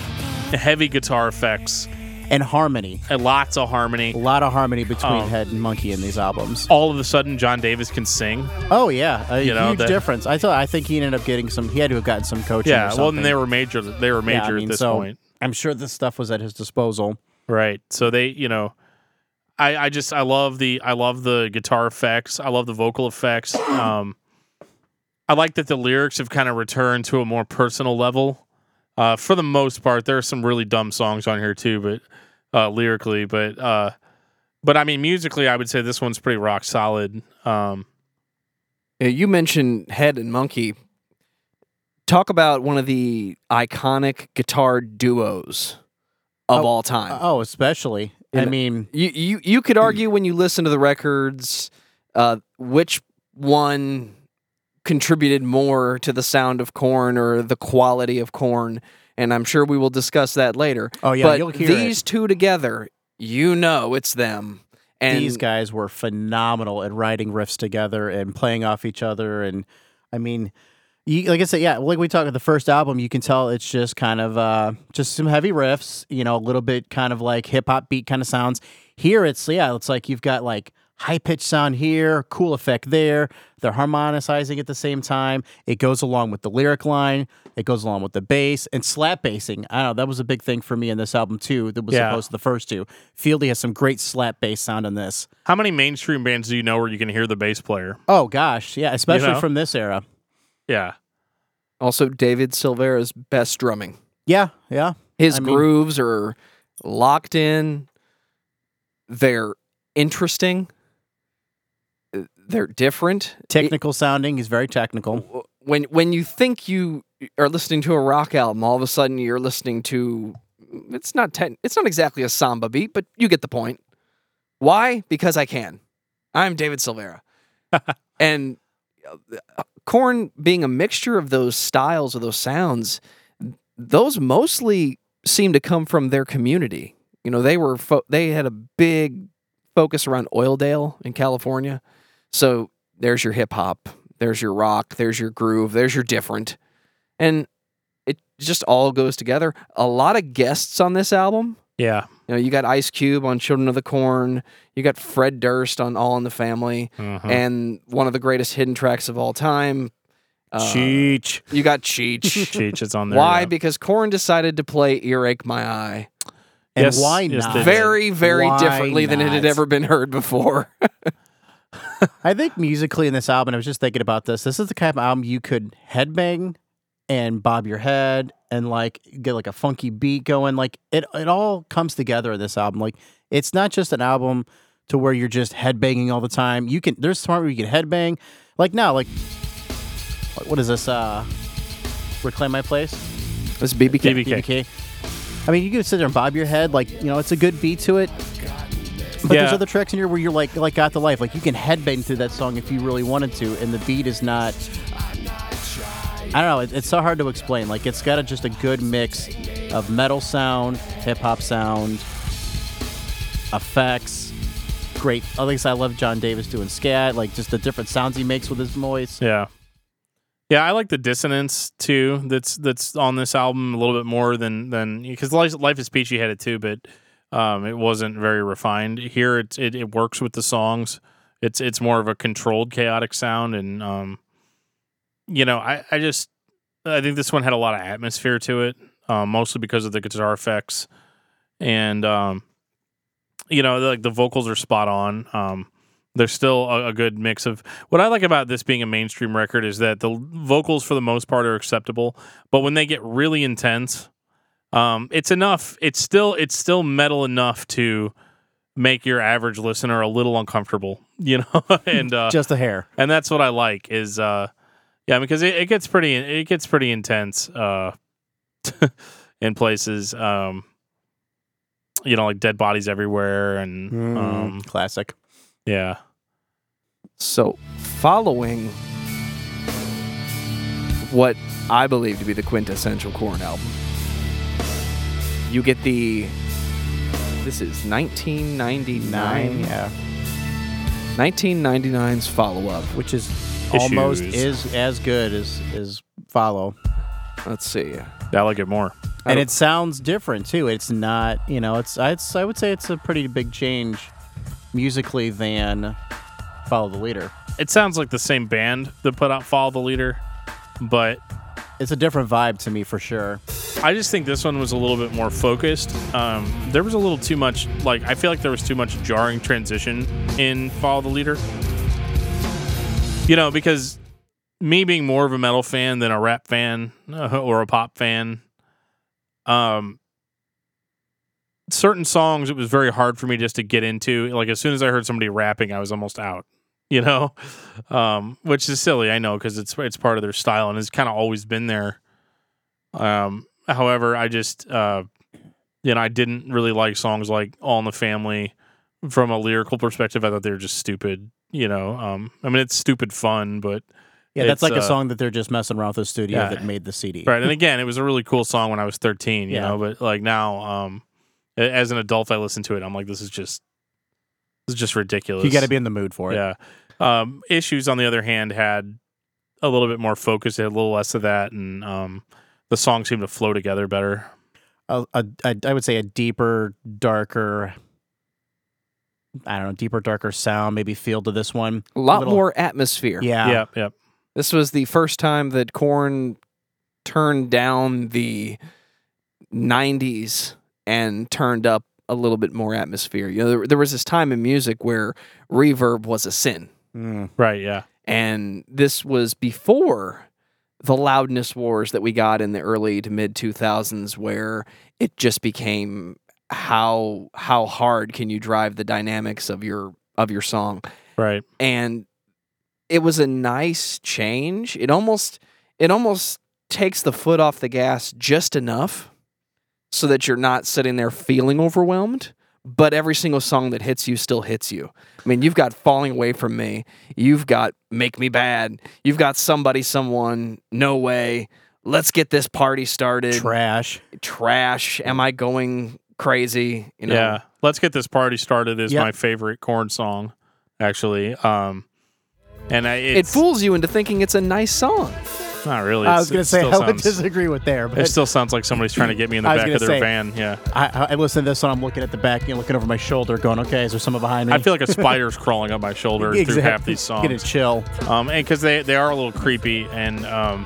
Speaker 2: heavy guitar effects
Speaker 3: And harmony.
Speaker 2: and lots of
Speaker 3: A
Speaker 2: harmony.
Speaker 3: lot of harmony between
Speaker 2: Oh.
Speaker 3: Head and Monkey in these albums.
Speaker 2: All of a sudden, John Davis can sing.
Speaker 3: Oh yeah, a
Speaker 2: You know,
Speaker 3: huge
Speaker 2: the-
Speaker 3: difference. I thought I think he ended up getting some. He had to have gotten some coaching.
Speaker 2: Yeah,
Speaker 3: or
Speaker 2: well, and
Speaker 3: something.
Speaker 2: they were major. They were major
Speaker 3: Yeah, I mean,
Speaker 2: at this
Speaker 3: so
Speaker 2: point,
Speaker 3: I'm sure this stuff was at his disposal.
Speaker 2: right? So they, you know, I, I just, I love the, I love the guitar effects. I love the vocal effects. Um, I like that the lyrics have kind of returned to a more personal level. Uh, for the most part, there are some really dumb songs on here too, but uh, lyrically, but uh, But I mean, musically, I would say this one's pretty rock solid. Um,
Speaker 1: Yeah, Uh, You mentioned Head and Monkey. Talk about one of the iconic guitar duos of
Speaker 3: Oh,
Speaker 1: all time.
Speaker 3: Oh, especially. I
Speaker 1: And-
Speaker 3: mean,
Speaker 1: you, you you could argue when you listen to the records, uh, which one contributed more to the sound of corn or the quality of corn, and I'm sure we will discuss that later.
Speaker 3: oh yeah,
Speaker 1: but
Speaker 3: you'll hear
Speaker 1: these
Speaker 3: it.
Speaker 1: two together, you know, it's them. And
Speaker 3: these guys were phenomenal at writing riffs together and playing off each other. And I mean, you, like I said, yeah, like we talked about the first album, you can tell it's just kind of uh, just some heavy riffs, you know, a little bit kind of like hip hop beat kind of sounds. Here, it's yeah, it's like you've got like high pitched sound here, cool effect there. They're harmonizing at the same time. It goes along with the lyric line. It goes along with the bass and slap bassing. I don't know. That was a big thing for me in this album too. That was
Speaker 2: Yeah.
Speaker 3: opposed to the first two. Fieldy has some great slap bass sound on this.
Speaker 2: how many mainstream bands do you know where you can hear the bass player?
Speaker 3: Oh gosh, yeah, especially
Speaker 2: know?
Speaker 3: from this era.
Speaker 2: Yeah,
Speaker 1: also David Silvera's best drumming.
Speaker 3: Yeah, yeah.
Speaker 1: His
Speaker 3: I mean-
Speaker 1: grooves are locked in. They're interesting. Uh, They're different. It-
Speaker 3: Technical sounding. He's very technical.
Speaker 1: w- when when you think you are listening to a rock album, all of a sudden you're listening to it's not ten, it's not exactly a samba beat, but you get the point. Why? Because I can. I'm David Silvera, and uh, Corn being a mixture of those styles or those sounds, those mostly seem to come from their community. You know, they were fo- they had a big focus around Oildale in California, so there's your hip hop, there's your rock, there's your groove, there's your different, and it just all goes together. A lot of guests on this album.
Speaker 2: yeah.
Speaker 1: You know, you got Ice Cube on Children of the Corn, you got Fred Durst on All in the Family,
Speaker 2: Uh-huh.
Speaker 1: and one of the greatest hidden tracks of all time. Uh,
Speaker 3: Cheech.
Speaker 1: you got Cheech.
Speaker 2: Cheech is on there.
Speaker 1: Why?
Speaker 2: yeah.
Speaker 1: Because Korn decided to play "Earache My Eye"
Speaker 3: And
Speaker 2: Yes,
Speaker 3: why
Speaker 2: yes,
Speaker 3: not?
Speaker 2: they did.
Speaker 1: very, very
Speaker 3: Why
Speaker 1: differently than it had
Speaker 3: not?
Speaker 1: ever been heard before.
Speaker 3: I think musically in this album, I was just thinking about this. This is the kind of album you could headbang and bob your head and like get like a funky beat going. Like it, it all comes together in this album. Like it's not just an album to where you're just headbanging all the time. You can there's smart where you can headbang. Like now, like what is this? Uh, reclaim my place.
Speaker 1: It's BBK.
Speaker 2: BB King.
Speaker 3: BBK. I mean, you can sit there and bob your head, like you know, it's a good beat to it. But
Speaker 2: Yeah.
Speaker 3: there's other tracks in here where you're like, like got the life, like you can headbang through that song if you really wanted to, and the beat is not. I don't know. It, it's so hard to explain. Like it's got a, just a good mix of metal sound, hip hop sound, effects. Great. At least I love John Davis doing scat. Like just the different sounds he makes with his voice.
Speaker 2: Yeah. Yeah, I like the dissonance too. That's that's on this album a little bit more than than because life, life is peachy had it too, but um, it wasn't very refined. Here, it, it it works with the songs. It's it's more of a controlled, chaotic sound, and um, you know, I I just I think this one had a lot of atmosphere to it, um, mostly because of the guitar effects, and um, you know, like the vocals are spot on. Um, there's still a, a good mix of what I like about this being a mainstream record is that the l- vocals for the most part are acceptable, but when they get really intense, um, it's enough. It's still it's still metal enough to make your average listener a little uncomfortable, you know. and uh,
Speaker 3: Just a hair.
Speaker 2: and that's what I like is uh yeah because it, it gets pretty it gets pretty intense uh in places um you know like dead bodies everywhere and um
Speaker 3: Classic.
Speaker 2: yeah
Speaker 1: So, following what I believe to be the quintessential Korn album, you get the. This is 1999.
Speaker 3: Nine. Yeah.
Speaker 1: 1999's follow up.
Speaker 3: which is almost
Speaker 2: Issues.
Speaker 3: is as good as as follow
Speaker 1: Let's see.
Speaker 2: I like it more
Speaker 1: I don't-
Speaker 3: and it sounds different too it's not you know it's it's i would say it's a pretty big change musically than follow the leader
Speaker 2: it sounds like the same band that put out follow the leader but
Speaker 3: it's a different vibe to me for sure
Speaker 2: I just think this one was a little bit more focused. Um, there was a little too much, like, I feel like there was too much jarring transition in Follow the Leader. You know, because me being more of a metal fan than a rap fan uh, or a pop fan, um, certain songs it was very hard for me just to get into. Like as soon as I heard somebody rapping, I was almost out. You know, um, which is silly, I know, because it's it's part of their style and it's kind of always been there. Um, however, I just uh, you know I didn't really like songs like All in the Family from a lyrical perspective. I thought they were just stupid. You know, um, I mean it's stupid fun, but
Speaker 3: Yeah, that's
Speaker 2: It's,
Speaker 3: like
Speaker 2: uh,
Speaker 3: a song that they're just messing around with the studio
Speaker 2: Yeah.
Speaker 3: that made the CD.
Speaker 2: Right. And again, it was a really cool song when I was 13, you
Speaker 3: Yeah.
Speaker 2: know, but like now, um, a- as an adult, I listen to it. I'm like, this is just, this is just ridiculous.
Speaker 3: You got to be in the mood for it.
Speaker 2: yeah. Um, issues on the other hand had a little bit more focus. It had a little less of that. And, um, the songs seemed to flow together better.
Speaker 3: a, a, a I would say a deeper, darker. I don't know, deeper, darker sound, maybe feel to this one.
Speaker 1: A lot
Speaker 3: little-
Speaker 1: more atmosphere.
Speaker 3: Yeah,
Speaker 2: yep. Yep.
Speaker 1: This was the first time that Korn turned down the 90s and turned up a little bit more atmosphere. You know, there, there was this time in music where reverb was a sin.
Speaker 3: Mm.
Speaker 2: Right. Yeah.
Speaker 1: And this was before the loudness wars that we got in the early to mid 2000s where it just became how how hard can you drive the dynamics of your of your song
Speaker 2: Right.
Speaker 1: and it was a nice change. It almost it almost takes the foot off the gas just enough so that you're not sitting there feeling overwhelmed, but every single song that hits you still hits you. I mean, you've got Falling Away from Me, you've got Make Me Bad, you've got Somebody Someone, No Way, Let's Get This Party Started,
Speaker 3: trash.
Speaker 1: Trash, Am I Going Crazy? You know.
Speaker 2: Yeah. Let's get this party started is
Speaker 3: Yeah.
Speaker 2: my favorite corn song actually. Um, and I,
Speaker 1: It
Speaker 2: it's
Speaker 1: fools you into thinking it's a nice song.
Speaker 2: not really.
Speaker 3: I
Speaker 2: It's-
Speaker 3: was going
Speaker 2: it
Speaker 3: to say,
Speaker 2: still
Speaker 3: I would
Speaker 2: sounds-
Speaker 3: disagree with there,
Speaker 2: It
Speaker 3: but
Speaker 2: still sounds like somebody's trying to get me in the
Speaker 3: I was
Speaker 2: back of their
Speaker 3: gonna say-
Speaker 2: van. Yeah.
Speaker 3: I, I, I listen to this and I'm looking at the back, you know, looking over my shoulder, going, okay, is there someone behind me?
Speaker 2: I feel like a spider's crawling up my shoulder through half these
Speaker 3: Get a
Speaker 2: songs.
Speaker 3: chill.
Speaker 2: Um, and because they, they are a little creepy, and um,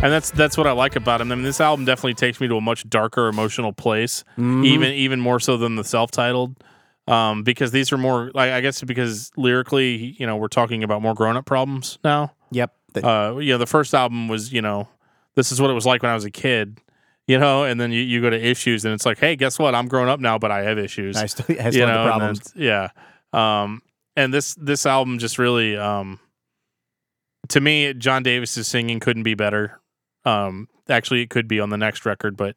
Speaker 2: and that's that's what I like about them. I mean, this album definitely takes me to a much darker emotional place,
Speaker 3: Mm-hmm.
Speaker 2: even even more so than the self-titled, um, because these are more like I guess because lyrically, you know, we're talking about more grown-up problems now.
Speaker 3: Yep. That-
Speaker 2: Uh, you know, the first album was you know, this is what it was like when I was a kid. You know, and then you, you go to issues, and it's like, hey, guess what? I'm grown up now, but I have issues.
Speaker 3: I still, I
Speaker 2: you
Speaker 3: still have the
Speaker 2: know, and
Speaker 3: problems.
Speaker 2: that's- yeah. Um, and this this album just really, um, to me, John Davis's singing couldn't be better. Um, actually, it could be on the next record, but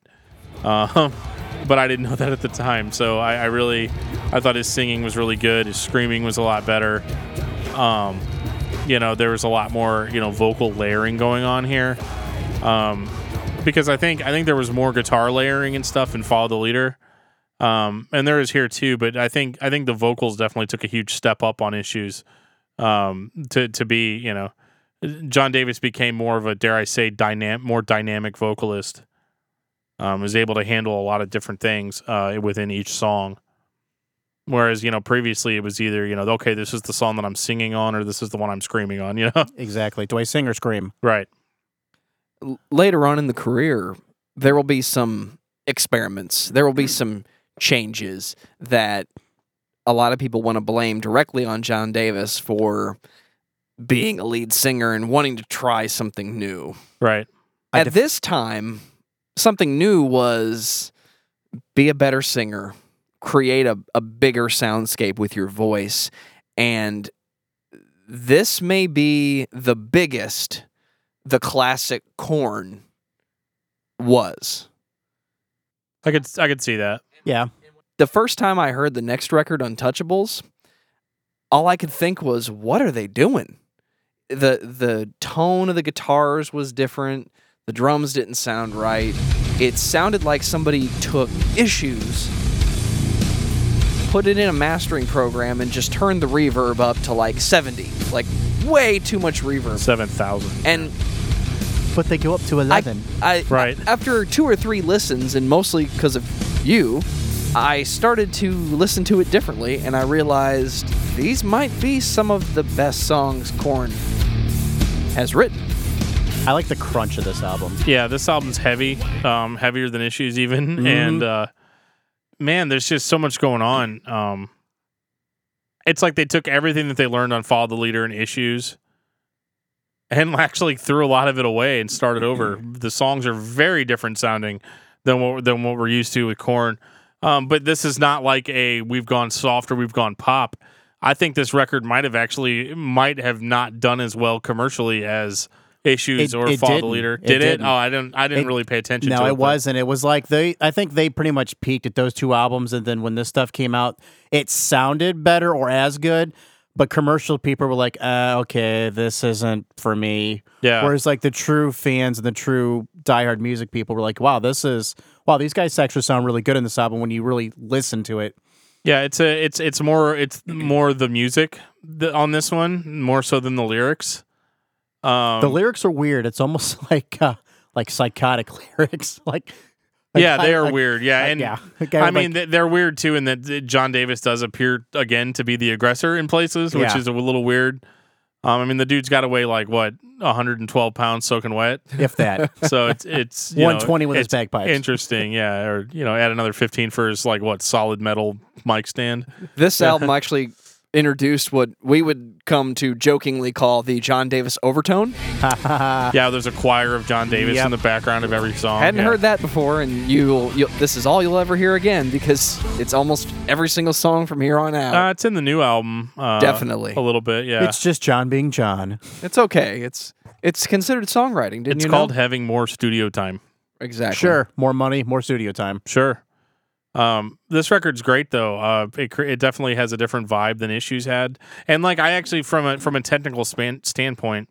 Speaker 2: um, but I didn't know that at the time. So I, I really, I thought his singing was really good. His screaming was a lot better. Um, you know, there was a lot more you know vocal layering going on here. Um, because I think I think there was more guitar layering and stuff in Follow the Leader um, and there is here too. But I think I think the vocals definitely took a huge step up on issues um, to to be you know John Davis became more of a dare I say dynamic more dynamic vocalist. Um, was able to handle a lot of different things uh, within each song. Whereas you know previously it was either you know okay this is the song that I'm singing on or this is the one I'm screaming on you know
Speaker 3: exactly. Do I sing or scream?
Speaker 2: right
Speaker 1: l- later on in the career, there will be some experiments. There will be some changes that a lot of people want to blame directly on John Davis for being a lead singer and wanting to try something new.
Speaker 2: right
Speaker 3: I
Speaker 1: At
Speaker 3: def-
Speaker 1: this time, something new was be a better singer, create a, a bigger soundscape with your voice. And this may be the biggest the classic corn was.
Speaker 2: I could I could see that
Speaker 3: Yeah.
Speaker 1: The first time I heard the next record, Untouchables, all I could think was, what are they doing? The the tone of the guitars was different. The drums didn't sound right. It sounded like somebody took issues, put it in a mastering program, and just turned the reverb up to like 70. Like way too much reverb.
Speaker 2: seven thousand
Speaker 1: And
Speaker 3: But they go up to
Speaker 1: I-
Speaker 3: 11.
Speaker 1: I,
Speaker 2: Right.
Speaker 1: after two or three listens, and mostly because of you, I started to listen to it differently, and I realized these might be some of the best songs Korn has written.
Speaker 3: I like the crunch of this album.
Speaker 2: Yeah, this album's heavy, um, heavier than issues even,
Speaker 3: Mm-hmm.
Speaker 2: and uh, man, there's just so much going on. Um, it's like they took everything that they learned on Follow the Leader and issues, and actually threw a lot of it away and
Speaker 3: Mm-hmm.
Speaker 2: started over. the songs are very different sounding than what than what we're used to with Corn. Um, but this is not like a we've gone soft or we've gone pop. I think this record might have actually might have not done as well commercially as issues
Speaker 3: It-
Speaker 2: or
Speaker 3: it
Speaker 2: follow the
Speaker 3: didn't.
Speaker 2: leader.
Speaker 3: It
Speaker 2: Did it?
Speaker 3: didn't.
Speaker 2: Oh, I didn't. I didn't
Speaker 3: It-
Speaker 2: really pay attention.
Speaker 3: No,
Speaker 2: to it,
Speaker 3: it
Speaker 2: but-
Speaker 3: wasn't. It was like they. I think they pretty much peaked at those two albums, and then when this stuff came out, it sounded better or as good. But commercial people were like, uh, "Okay, this isn't for me."
Speaker 2: Yeah.
Speaker 3: Whereas like the true fans and the true diehard music people were like, "Wow, this is wow. These guys actually sound really good in this album when you really listen to it."
Speaker 2: Yeah, it's a it's it's more it's more the music th- on this one more so than the lyrics. Um,
Speaker 3: The lyrics are weird. It's almost like uh, like psychotic lyrics. like, like,
Speaker 2: yeah, they are
Speaker 3: like-
Speaker 2: weird. Yeah,
Speaker 3: like,
Speaker 2: and
Speaker 3: yeah,
Speaker 2: I mean th- they're weird too, in that th- John Davis does appear again to be the aggressor in places, which
Speaker 3: Yeah.
Speaker 2: is a little weird. Um, I mean the dude's got to weigh like what 112 pounds soaking wet,
Speaker 3: if that
Speaker 2: so it's it's you know,
Speaker 3: 120 with his
Speaker 2: it's
Speaker 3: bagpipes.
Speaker 2: Interesting, yeah, or you know add another 15 for his like what solid metal mic stand.
Speaker 1: This album actually introduced what we would come to jokingly call the John Davis overtone.
Speaker 2: Yeah, there's a choir of John Davis
Speaker 3: Yep.
Speaker 2: in the background of every song.
Speaker 1: Hadn't
Speaker 2: yeah.
Speaker 1: heard that before, and you'll, you'll this is all you'll ever hear again because it's almost every single song from here on out.
Speaker 2: Uh, it's in the new album. Uh,
Speaker 1: Definitely.
Speaker 2: A little bit, yeah.
Speaker 3: it's
Speaker 2: It's,
Speaker 3: just John being John.
Speaker 1: it's okay. It's it's considered songwriting. Didn't you know?
Speaker 2: called having more studio time.
Speaker 1: exactly.
Speaker 3: Sure, more money, more studio time.
Speaker 2: Sure. Um, this record's great though. Uh, it cre- it definitely has a different vibe than Issues had, and like I actually from a from a technical span- standpoint,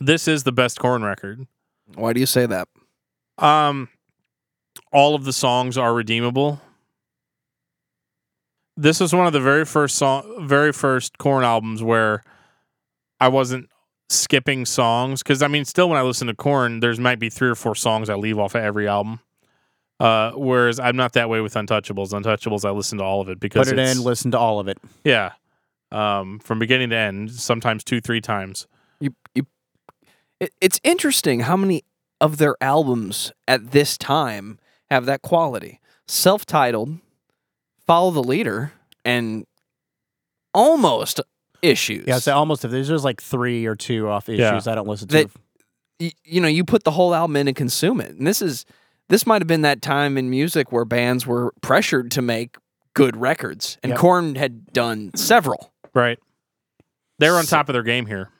Speaker 2: this is the best Corn record.
Speaker 1: Why do you say that?
Speaker 2: Um, all of the songs are redeemable. This is one of the very first song, very first Corn albums where I wasn't skipping songs because I mean, still when I listen to Corn, there's might be three or four songs I leave off of every album. Uh, whereas I'm not that way with Untouchables. Untouchables, I listen to all of it because
Speaker 3: Put it
Speaker 2: it's-
Speaker 3: in, listen to all of it.
Speaker 2: yeah, um, from beginning to end, sometimes two, three times.
Speaker 1: You you. It, it's interesting how many of their albums at this time have that quality. Self-titled, follow the leader, and almost issues.
Speaker 3: Yeah, so almost if there's just like three or two off issues
Speaker 2: Yeah.
Speaker 3: I don't listen to.
Speaker 1: That- you, you know you put the whole album in and consume it and this is this might have been that time in music where bands were pressured to make good records and
Speaker 3: Yep.
Speaker 1: korn had done several
Speaker 2: Right. They're on top of their game here.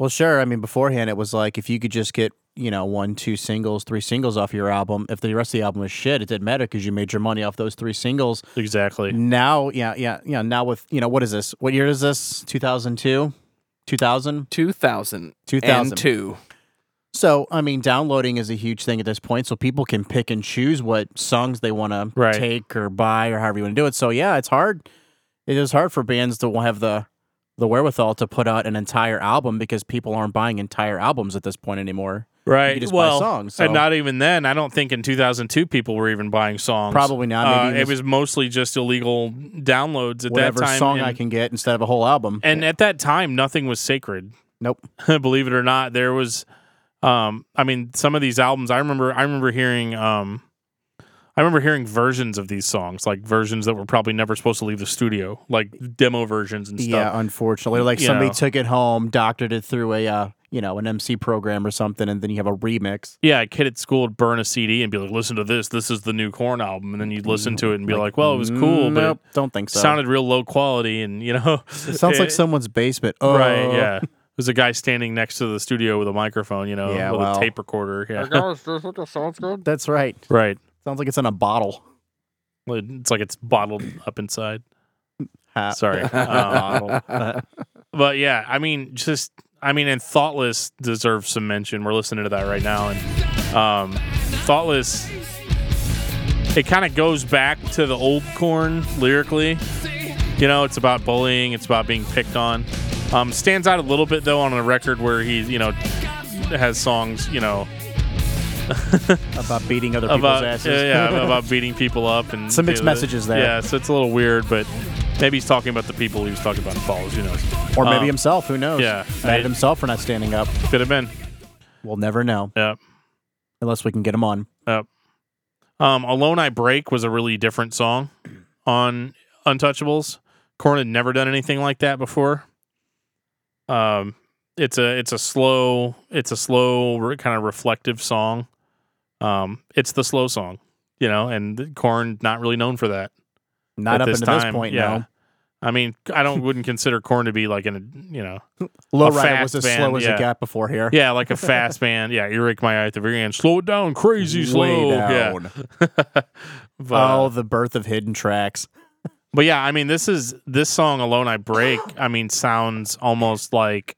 Speaker 3: well, sure. I mean, beforehand it was like if you could just get you know one, two singles, three singles off your album. If the rest of the album was shit, it didn't matter because you made your money off those three singles.
Speaker 2: Exactly.
Speaker 3: Now, yeah, yeah, yeah. Now with you know what is this? What year is this? Two thousand two, two thousand,
Speaker 1: 2000
Speaker 3: two thousand
Speaker 1: 2002
Speaker 3: two. So I mean, downloading is a huge thing at this point, so people can pick and choose what songs they want
Speaker 2: Right.
Speaker 3: to take or buy or however you want to do it. So yeah, it's hard. It is hard for bands to have the the wherewithal to put out an entire album because people aren't buying entire albums at this point anymore.
Speaker 2: right?
Speaker 3: just buy
Speaker 2: well,
Speaker 3: songs, so-
Speaker 2: and not even then. I don't think in 2002 people were even buying songs.
Speaker 3: Probably not.
Speaker 2: Uh,
Speaker 3: Maybe
Speaker 2: it was mostly just illegal downloads at
Speaker 3: whatever
Speaker 2: that time.
Speaker 3: song
Speaker 2: and,
Speaker 3: I can get instead of a whole album.
Speaker 2: and at that time, nothing was sacred.
Speaker 3: Nope.
Speaker 2: Believe it or not, there was. Um, I mean, some of these albums. I remember. I remember hearing. Um, I remember hearing versions of these songs, like versions that were probably never supposed to leave the studio, like demo versions and stuff.
Speaker 3: yeah, unfortunately, like
Speaker 2: You
Speaker 3: somebody
Speaker 2: know.
Speaker 3: took it home, doctored it through a uh, you know an MC program or something, and then you have a remix.
Speaker 2: Yeah, a kid at school would burn a CD and be like, "Listen to this. This is the new Corn album," and then you'd listen to it and be like, "Well, it was cool, but it-
Speaker 3: nope, don't think so.
Speaker 2: sounded real low quality and you know
Speaker 3: it sounds like
Speaker 2: it-
Speaker 3: someone's basement. Oh,
Speaker 2: right yeah there's a guy standing next to the studio with a microphone you know
Speaker 3: Yeah,
Speaker 2: with
Speaker 3: well.
Speaker 2: a tape recorder yeah
Speaker 3: That's right.
Speaker 2: right
Speaker 3: Sounds like it's in a bottle.
Speaker 2: it's like it's bottled up inside
Speaker 3: Ha.
Speaker 2: sorry um, but yeah i mean just i mean and thoughtless deserves some mention we're listening to that right now and um thoughtless it kind of goes back to the old corn lyrically you know it's about bullying it's about being picked on um stands out a little bit though on a record where he's you know has songs you know
Speaker 3: about beating other people's
Speaker 2: about uh,
Speaker 3: asses.
Speaker 2: yeah, yeah, about beating people up and
Speaker 3: Some mixed messages there.
Speaker 2: yeah so it's a little weird but maybe he's talking about the people he was talking about in falls who knows
Speaker 3: or maybe
Speaker 2: um,
Speaker 3: himself. Who knows?
Speaker 2: yeah.
Speaker 3: Mad
Speaker 2: I-
Speaker 3: at himself for not standing up.
Speaker 2: could have been
Speaker 3: We'll never know
Speaker 2: yeah
Speaker 3: unless we can get him on.
Speaker 2: Um, Alone I Break was a really different song on Untouchables. Korn had never done anything like that before. Um, it's a it's a slow it's a slow re- kind of reflective song. Um, it's the slow song. you know, and Corn not really known for that.
Speaker 3: Not
Speaker 2: at
Speaker 3: up
Speaker 2: this
Speaker 3: until this
Speaker 2: time.
Speaker 3: point,
Speaker 2: yeah.
Speaker 3: no.
Speaker 2: I mean, I don't wouldn't consider Corn to be like in a you know,
Speaker 3: Lowrider
Speaker 2: fast
Speaker 3: was as
Speaker 2: band,
Speaker 3: slow as
Speaker 2: yeah.
Speaker 3: it got before here.
Speaker 2: yeah, like a fast band. Yeah, you rake my eye at the very end. Slow it down, crazy
Speaker 3: Way
Speaker 2: slow. Yeah.
Speaker 3: down.
Speaker 2: but, uh,
Speaker 3: Oh, the birth of hidden tracks.
Speaker 2: but yeah, I mean, this is this song alone. I break. I mean, sounds almost like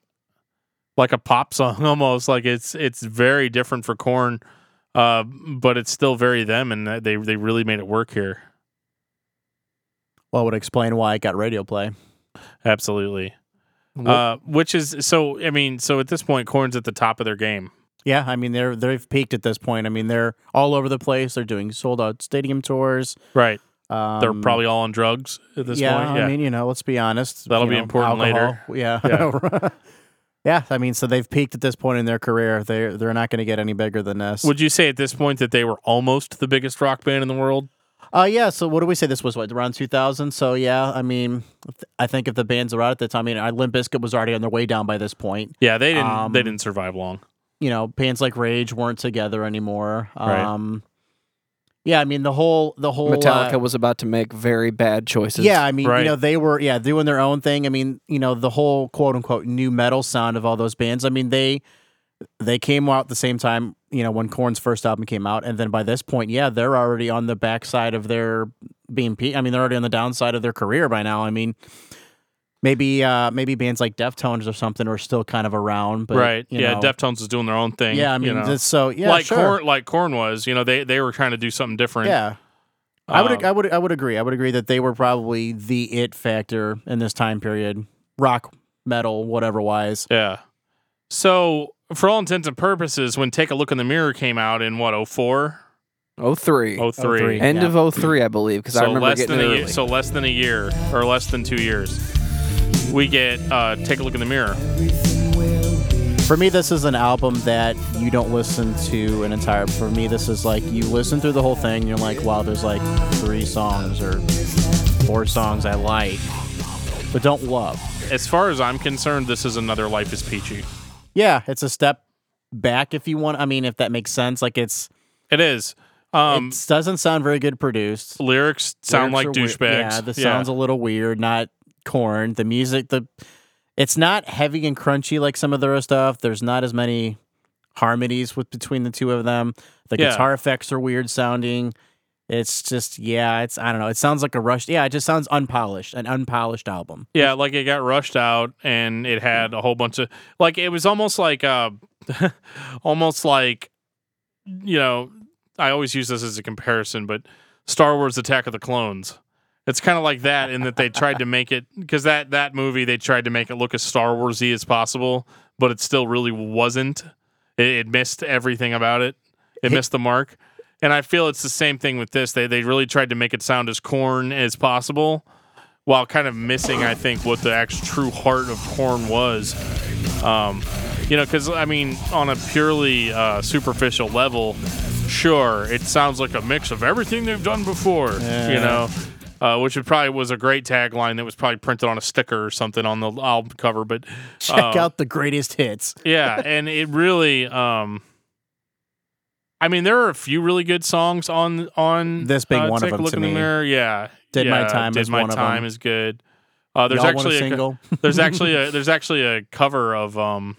Speaker 2: like a pop song. Almost like it's it's very different for Corn, uh, but it's still very them, and that- they they really made it work here.
Speaker 3: Well, would explain why it got radio play.
Speaker 2: Absolutely. Uh, which is so. I mean, so at this point, Corn's at the top of their game.
Speaker 3: Yeah, I mean they're they've peaked at this point. I mean they're all over the place. They're doing sold out stadium tours.
Speaker 2: Right.
Speaker 3: Um,
Speaker 2: They're probably all on drugs at this
Speaker 3: yeah,
Speaker 2: point. Yeah.
Speaker 3: I mean, you know, let's be honest.
Speaker 2: That'll
Speaker 3: you
Speaker 2: be
Speaker 3: know,
Speaker 2: important later.
Speaker 3: alcohol, Yeah. Yeah. I mean, so they've peaked at this point in their career. They they're not going to get any bigger than this.
Speaker 2: Would you say at this point that they were almost the biggest rock band in the world?
Speaker 3: uh yeah, so what do we say this was what around 2000? So yeah, I mean, if- I think if the bands are out at the time, I mean, Limp Bizkit was already on their way down by this point.
Speaker 2: Yeah, they didn't. they
Speaker 3: Um,
Speaker 2: didn't survive long.
Speaker 3: you know, bands like Rage weren't together anymore.
Speaker 2: Right.
Speaker 3: Um Yeah, I mean the whole the whole uh,
Speaker 1: Metallica was about to make very bad choices.
Speaker 3: yeah, I mean,
Speaker 2: Right.
Speaker 3: you know, they were yeah, doing their own thing. I mean, you know, the whole quote unquote new metal sound of all those bands. I mean, they they came out the same time, you know, when Korn's first album came out, and then by this point, yeah, they're already on the backside of their being pe- I mean, they're already on the downside of their career by now. I mean, maybe uh maybe bands like Deftones or something are still kind of around, but
Speaker 2: right.
Speaker 3: you
Speaker 2: Yeah.
Speaker 3: know,
Speaker 2: Deftones was doing their own thing.
Speaker 3: Yeah, I mean,
Speaker 2: you know.
Speaker 3: just so yeah,
Speaker 2: like
Speaker 3: sure.
Speaker 2: Corn, like Corn was. You know, they they were trying to do something different.
Speaker 3: Yeah. I would
Speaker 2: Um,
Speaker 3: I would I would agree. I would agree that they were probably the it factor in this time period. Rock, metal, whatever wise.
Speaker 2: Yeah. So for all intents and purposes, when Take a Look in the Mirror came out in what 04?
Speaker 1: 03.
Speaker 2: 03.
Speaker 3: 03.
Speaker 1: End of 03, I believe, because
Speaker 2: So
Speaker 1: I remember
Speaker 2: less
Speaker 1: getting
Speaker 2: than a
Speaker 1: it
Speaker 2: year,
Speaker 1: early.
Speaker 2: so less than a year or less than two years. We get uh, Take a Look in the Mirror.
Speaker 3: For me this is an album that you don't listen to an entire for me this is like you listen through the whole thing and you're like, wow, there's like three songs or four songs I like but don't love.
Speaker 2: As far as I'm concerned, this is another Life is Peachy.
Speaker 3: Yeah, it's a step back if you want. I mean, if that makes sense. Like it's
Speaker 2: It is. Um,
Speaker 3: it doesn't sound very good produced.
Speaker 2: lyrics sound like
Speaker 3: lyrics are wei-
Speaker 2: douchebags.
Speaker 3: Yeah, the sounds a little weird. Not corn. The music, the it's not heavy and crunchy like some of their stuff. There's not as many harmonies with between the two of them. The
Speaker 2: Yeah.
Speaker 3: guitar effects are weird sounding. It's just yeah. It's I don't know. It sounds like a rush. Yeah, it just sounds unpolished. An unpolished album.
Speaker 2: Yeah, like it got rushed out and it had a whole bunch of like it was almost like uh almost like you know, I always use this as a comparison, but Star Wars Attack of the Clones. It's kind of like that in that they tried to make it cuz that that movie they tried to make it look as Star Warsy as possible, but it still really wasn't. It, it missed everything about it. It missed the mark. And I feel it's the same thing with this. They they really tried to make it sound as corn as possible while kind of missing, I think, what the actual true heart of corn was. Um, you know, because I mean, on a purely uh, superficial level, sure, it sounds like a mix of everything they've done before. You know. Uh, which it probably was a great tagline that was probably printed on a sticker or something on the album cover, but
Speaker 3: Check
Speaker 2: uh,
Speaker 3: out the greatest hits.
Speaker 2: yeah, and it really um I mean there are a few really good songs on on
Speaker 3: This being
Speaker 2: uh,
Speaker 3: one of
Speaker 2: Take a
Speaker 3: them
Speaker 2: Look
Speaker 3: to
Speaker 2: in
Speaker 3: me.
Speaker 2: the mirror. Yeah.
Speaker 3: Did My
Speaker 2: Yeah,
Speaker 3: Time
Speaker 2: Did
Speaker 3: is
Speaker 2: My
Speaker 3: one of
Speaker 2: Time
Speaker 3: them.
Speaker 2: is good. Uh there's
Speaker 3: Y'all want
Speaker 2: actually
Speaker 3: a
Speaker 2: a, co-
Speaker 3: single?
Speaker 2: there's actually a there's actually a cover of um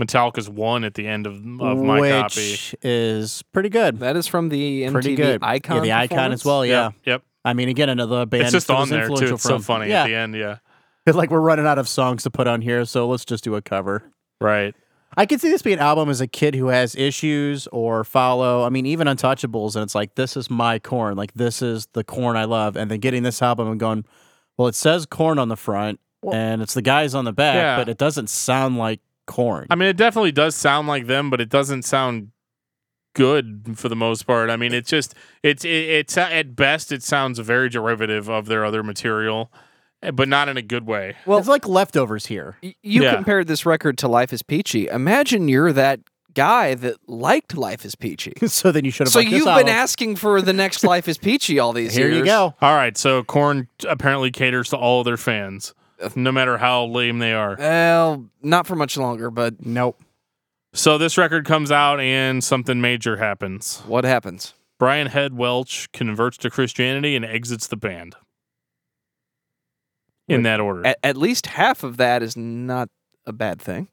Speaker 2: Metallica's one at the end of of my
Speaker 3: which
Speaker 2: copy.
Speaker 3: is pretty good.
Speaker 1: That is from the MTV
Speaker 3: pretty good.
Speaker 1: Icon.
Speaker 3: Yeah, the icon as well. Yeah.
Speaker 2: Yep. yep.
Speaker 3: I mean, again, another band.
Speaker 2: It's just
Speaker 3: that was
Speaker 2: on there too.
Speaker 3: influential
Speaker 2: It's so
Speaker 3: from-
Speaker 2: funny
Speaker 3: Yeah,
Speaker 2: at the end, yeah.
Speaker 3: like we're running out of songs to put on here, so let's just do a cover.
Speaker 2: Right.
Speaker 3: I could see this being an album as a kid who has issues or follow. I mean, even Untouchables, and it's like this is my corn, like this is the corn I love, and then getting this album and going, well, it says corn on the front and it's the guys on the back,
Speaker 2: Yeah.
Speaker 3: but it doesn't sound like corn.
Speaker 2: I mean, it definitely does sound like them, but it doesn't sound good for the most part. I mean, it's just it's it, it's at best it sounds very derivative of their other material, eh, but not in a good way.
Speaker 3: well, it's like leftovers here.
Speaker 1: Y- You
Speaker 2: Yeah.
Speaker 1: compared this record to Life is Peachy. Imagine you're that guy that liked Life is Peachy.
Speaker 3: so then you should have.
Speaker 1: So
Speaker 3: liked this
Speaker 1: you've been
Speaker 3: album.
Speaker 1: asking for the next Life is Peachy all these
Speaker 3: Here
Speaker 1: years.
Speaker 3: you go.
Speaker 2: All right, so Korn apparently caters to all their fans, no matter how lame they are.
Speaker 1: Well, not for much longer, but
Speaker 3: Nope.
Speaker 2: So this record comes out and something major happens.
Speaker 1: what happens?
Speaker 2: Brian Head Welch converts to Christianity and exits the band. In that order.
Speaker 1: At, at least half of that is not a bad thing.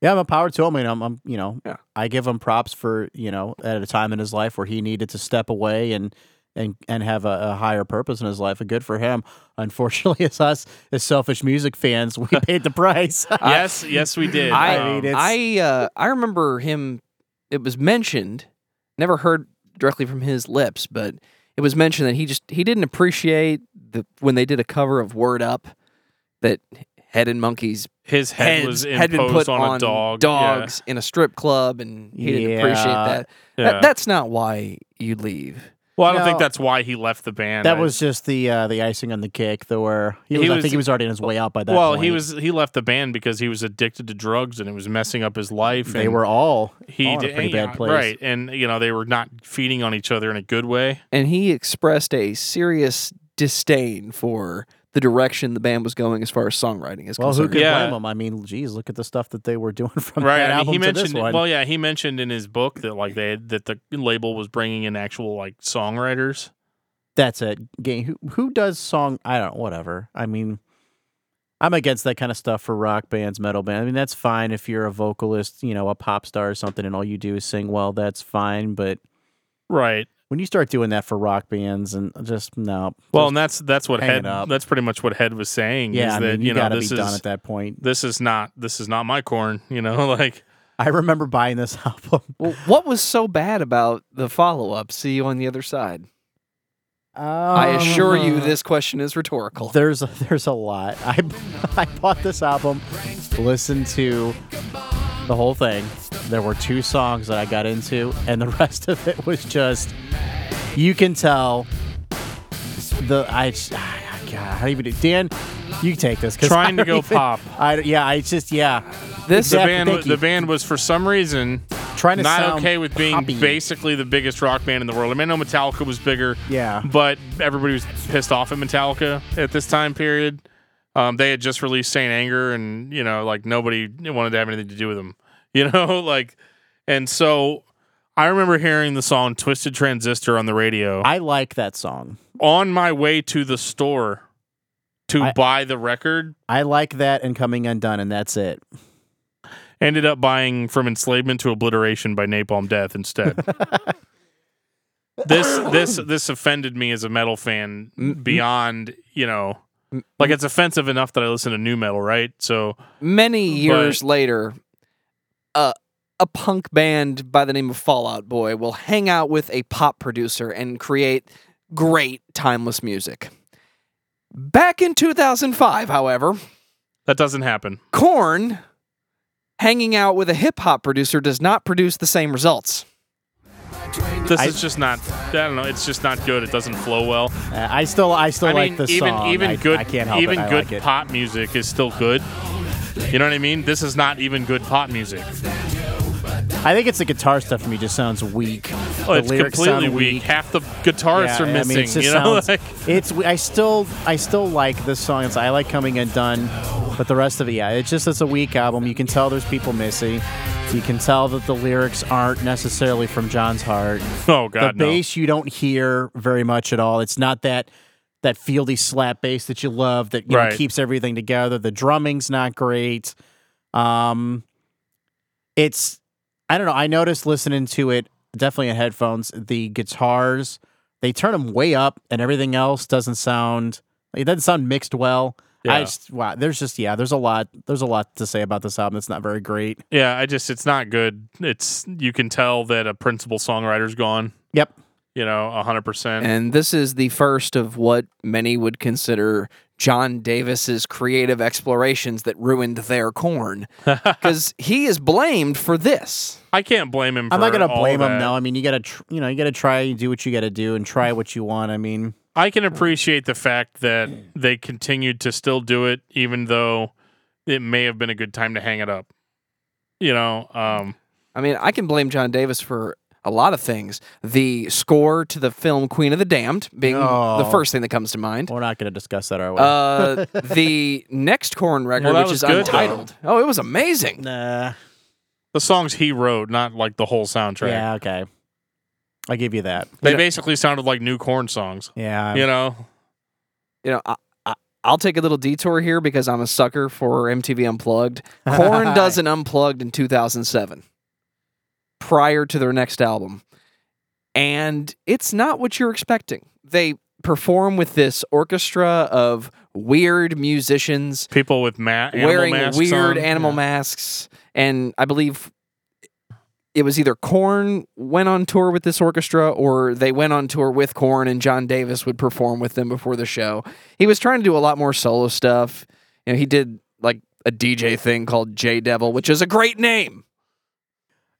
Speaker 3: Yeah, I'm a power to him. I mean, I'm, I'm you know,
Speaker 1: Yeah.
Speaker 3: I give him props for you know at a time in his life where he needed to step away and and and have a, a higher purpose in his life. And good for him. Unfortunately, as us as selfish music fans, we paid the price.
Speaker 2: yes, yes, we did.
Speaker 1: I-
Speaker 2: Um,
Speaker 3: I mean, it- It's-
Speaker 1: I uh, I remember him. It was mentioned. Never heard directly from his lips, but it was mentioned that he just he didn't appreciate the when they did a cover of Word Up that Head and Monkeys
Speaker 2: his head
Speaker 1: heads
Speaker 2: was
Speaker 1: had been put
Speaker 2: imposed
Speaker 1: on,
Speaker 2: on, a dog.
Speaker 1: dogs in a strip club, and he didn't appreciate
Speaker 3: Yeah.
Speaker 1: that.
Speaker 2: Yeah.
Speaker 1: That-
Speaker 2: Yeah.
Speaker 1: That's not why you leave.
Speaker 2: well, I don't
Speaker 3: No.
Speaker 2: think that's why he left the band.
Speaker 3: that
Speaker 2: I-
Speaker 3: was just the uh, the icing on the cake. Though, where he
Speaker 2: He
Speaker 3: was, I
Speaker 2: was-
Speaker 3: think he was already on his way out by that.
Speaker 2: well, he
Speaker 3: point.
Speaker 2: was he left the band because he was addicted to drugs and it was messing up his life.
Speaker 3: They
Speaker 2: and
Speaker 3: were all
Speaker 2: he
Speaker 3: all in a
Speaker 2: did-
Speaker 3: pretty
Speaker 2: yeah,
Speaker 3: bad place.
Speaker 2: right, and you know they were not feeding on each other in a good way.
Speaker 1: and he expressed a serious disdain for the direction the band was going as far as songwriting is
Speaker 3: Well, who
Speaker 1: concerned.
Speaker 3: could
Speaker 2: Yeah.
Speaker 3: blame him? I mean, geez, look at the stuff that they were doing from
Speaker 2: Right,
Speaker 3: that
Speaker 2: I mean,
Speaker 3: album
Speaker 2: he
Speaker 3: to
Speaker 2: mentioned
Speaker 3: this one.
Speaker 2: well, yeah, he mentioned in his book that like they had, that the label was bringing in actual like songwriters.
Speaker 3: That's it. Game. Who, who does song? I don't. Whatever. I mean, I'm against that kind of stuff for rock bands, metal bands. I mean, that's fine if you're a vocalist, you know, a pop star or something, and all you do is sing. Well, that's fine. But
Speaker 2: Right.
Speaker 3: when you start doing that for rock bands, and just no.
Speaker 2: Well,
Speaker 3: Just-
Speaker 2: and that's that's what
Speaker 3: hang
Speaker 2: Head
Speaker 3: it up.
Speaker 2: that's pretty much what Head was saying. is
Speaker 3: yeah. I
Speaker 2: that,
Speaker 3: mean, you,
Speaker 2: know
Speaker 3: gotta
Speaker 2: this
Speaker 3: be
Speaker 2: is
Speaker 3: done at that point.
Speaker 2: this is not this is not my corn. You know, like
Speaker 3: I remember buying this album.
Speaker 1: Well, what was so bad about the follow up? See you on the other side. I
Speaker 3: Um,
Speaker 1: assure you,
Speaker 3: uh-huh.
Speaker 1: this question is rhetorical.
Speaker 3: There's a, there's a lot. I I bought this album, listened to the whole thing. There were two songs that I got into, and the rest of it was just you can tell the I ah, God how do you even do Dan? You take this 'cause
Speaker 2: Trying
Speaker 3: I
Speaker 2: to go
Speaker 3: don't even-
Speaker 2: pop.
Speaker 3: I don't- yeah I just yeah
Speaker 1: This
Speaker 2: the
Speaker 3: Exactly,
Speaker 2: band
Speaker 3: thank
Speaker 2: wa- the
Speaker 3: you.
Speaker 2: band was for some reason
Speaker 3: trying to
Speaker 2: not
Speaker 3: sound
Speaker 2: okay with being
Speaker 3: poppy.
Speaker 2: basically the biggest rock band in the world. I mean, I know Metallica was bigger,
Speaker 3: Yeah.
Speaker 2: but everybody was pissed off at Metallica at this time period. Um, they had just released Saint Anger, and you know, like nobody wanted to have anything to do with them. You know, like, and so I remember hearing the song "Twisted Transistor" on the radio
Speaker 3: I like that song.
Speaker 2: on my way to the store to
Speaker 3: I-
Speaker 2: buy the record.
Speaker 3: I like that and coming undone, and that's it.
Speaker 2: Ended up buying "From Enslavement to Obliteration" by Napalm Death instead. this this this offended me as a metal fan
Speaker 3: Mm-hmm.
Speaker 2: beyond you know like it's offensive enough that I listen to new metal, right? So
Speaker 1: Many years later, uh, a punk band by the name of Fallout Boy will hang out with a pop producer and create great timeless music. Back in 2005, however,
Speaker 2: that doesn't happen.
Speaker 1: Corn hanging out with a hip hop producer does not produce the same results.
Speaker 2: This
Speaker 3: I-
Speaker 2: is just not I don't know, it's just not good. It doesn't flow well.
Speaker 3: Uh, I still I still
Speaker 2: I
Speaker 3: like
Speaker 2: mean
Speaker 3: the
Speaker 2: even
Speaker 3: song.
Speaker 2: even
Speaker 3: I-
Speaker 2: good
Speaker 3: I can't help
Speaker 2: even
Speaker 3: it. I
Speaker 2: good
Speaker 3: like it.
Speaker 2: pop music is still good. You know what I mean? This is not even good pop music.
Speaker 3: I think it's the guitar stuff for me just sounds weak.
Speaker 2: Oh,
Speaker 3: The
Speaker 2: it's
Speaker 3: lyrics sound
Speaker 2: completely weak. Half the guitarists
Speaker 3: Yeah,
Speaker 2: are missing.
Speaker 3: I mean, it just
Speaker 2: you know,
Speaker 3: sounds,
Speaker 2: like
Speaker 3: it's. I still, I still like this song. It's, I like coming undone, but the rest of it, yeah, it's just it's a weak album. You can tell there's people missing. You can tell that the lyrics aren't necessarily from John's heart.
Speaker 2: oh god,
Speaker 3: the
Speaker 2: no.
Speaker 3: bass you don't hear very much at all. It's not that that fieldy slap bass that you love that you know,
Speaker 2: Right.
Speaker 3: keeps everything together. The drumming's not great. Um, it's I don't know. I noticed listening to it definitely in headphones. The guitars they turn them way up, and everything else doesn't sound. It doesn't sound mixed well.
Speaker 2: Yeah.
Speaker 3: I just wow. There's just yeah. There's a lot. There's a lot to say about this album. It's not very great.
Speaker 2: Yeah, I just it's not good. It's you can tell that a principal songwriter's gone.
Speaker 3: Yep.
Speaker 2: You know, hundred percent.
Speaker 1: And this is the first of what many would consider John Davis's creative explorations that ruined their corn. Because he is blamed for this.
Speaker 2: I can't blame him. For
Speaker 3: I'm not gonna
Speaker 2: all
Speaker 3: blame him.
Speaker 2: that.
Speaker 3: No, I mean you gotta, tr- you know, you gotta try and do what you gotta do and try what you want. I mean,
Speaker 2: I can appreciate the fact that they continued to still do it, even though it may have been a good time to hang it up. You know, um,
Speaker 1: I mean, I can blame John Davis for a lot of things. The score to the film Queen of the Damned being
Speaker 3: Oh.
Speaker 1: the first thing that comes to mind.
Speaker 3: we're not gonna discuss that, are we?
Speaker 1: Uh, the next corn record,
Speaker 2: Oh, Well, that
Speaker 1: which
Speaker 2: was
Speaker 1: is
Speaker 2: good, though.
Speaker 1: untitled. Oh, it was amazing.
Speaker 3: nah.
Speaker 2: the songs he wrote, not like the whole soundtrack.
Speaker 3: Yeah. Okay. I give you that.
Speaker 2: They
Speaker 1: know-
Speaker 2: basically sounded like new corn songs.
Speaker 3: Yeah.
Speaker 2: You know,
Speaker 1: you know, I, I, I'll take a little detour here because I'm a sucker for MTV Unplugged. Korn does an Unplugged in 2007, prior to their next album, and it's not what you're expecting. They perform with this orchestra of weird musicians
Speaker 2: people with ma- animal
Speaker 1: wearing
Speaker 2: masks
Speaker 1: weird
Speaker 2: on.
Speaker 1: animal
Speaker 2: Yeah.
Speaker 1: masks, and I believe. It was either Korn went on tour with this orchestra or they went on tour with Korn and John Davis would perform with them before the show he was trying to do a lot more solo stuff. You know, he did like a DJ thing called J Devil, which is a great name.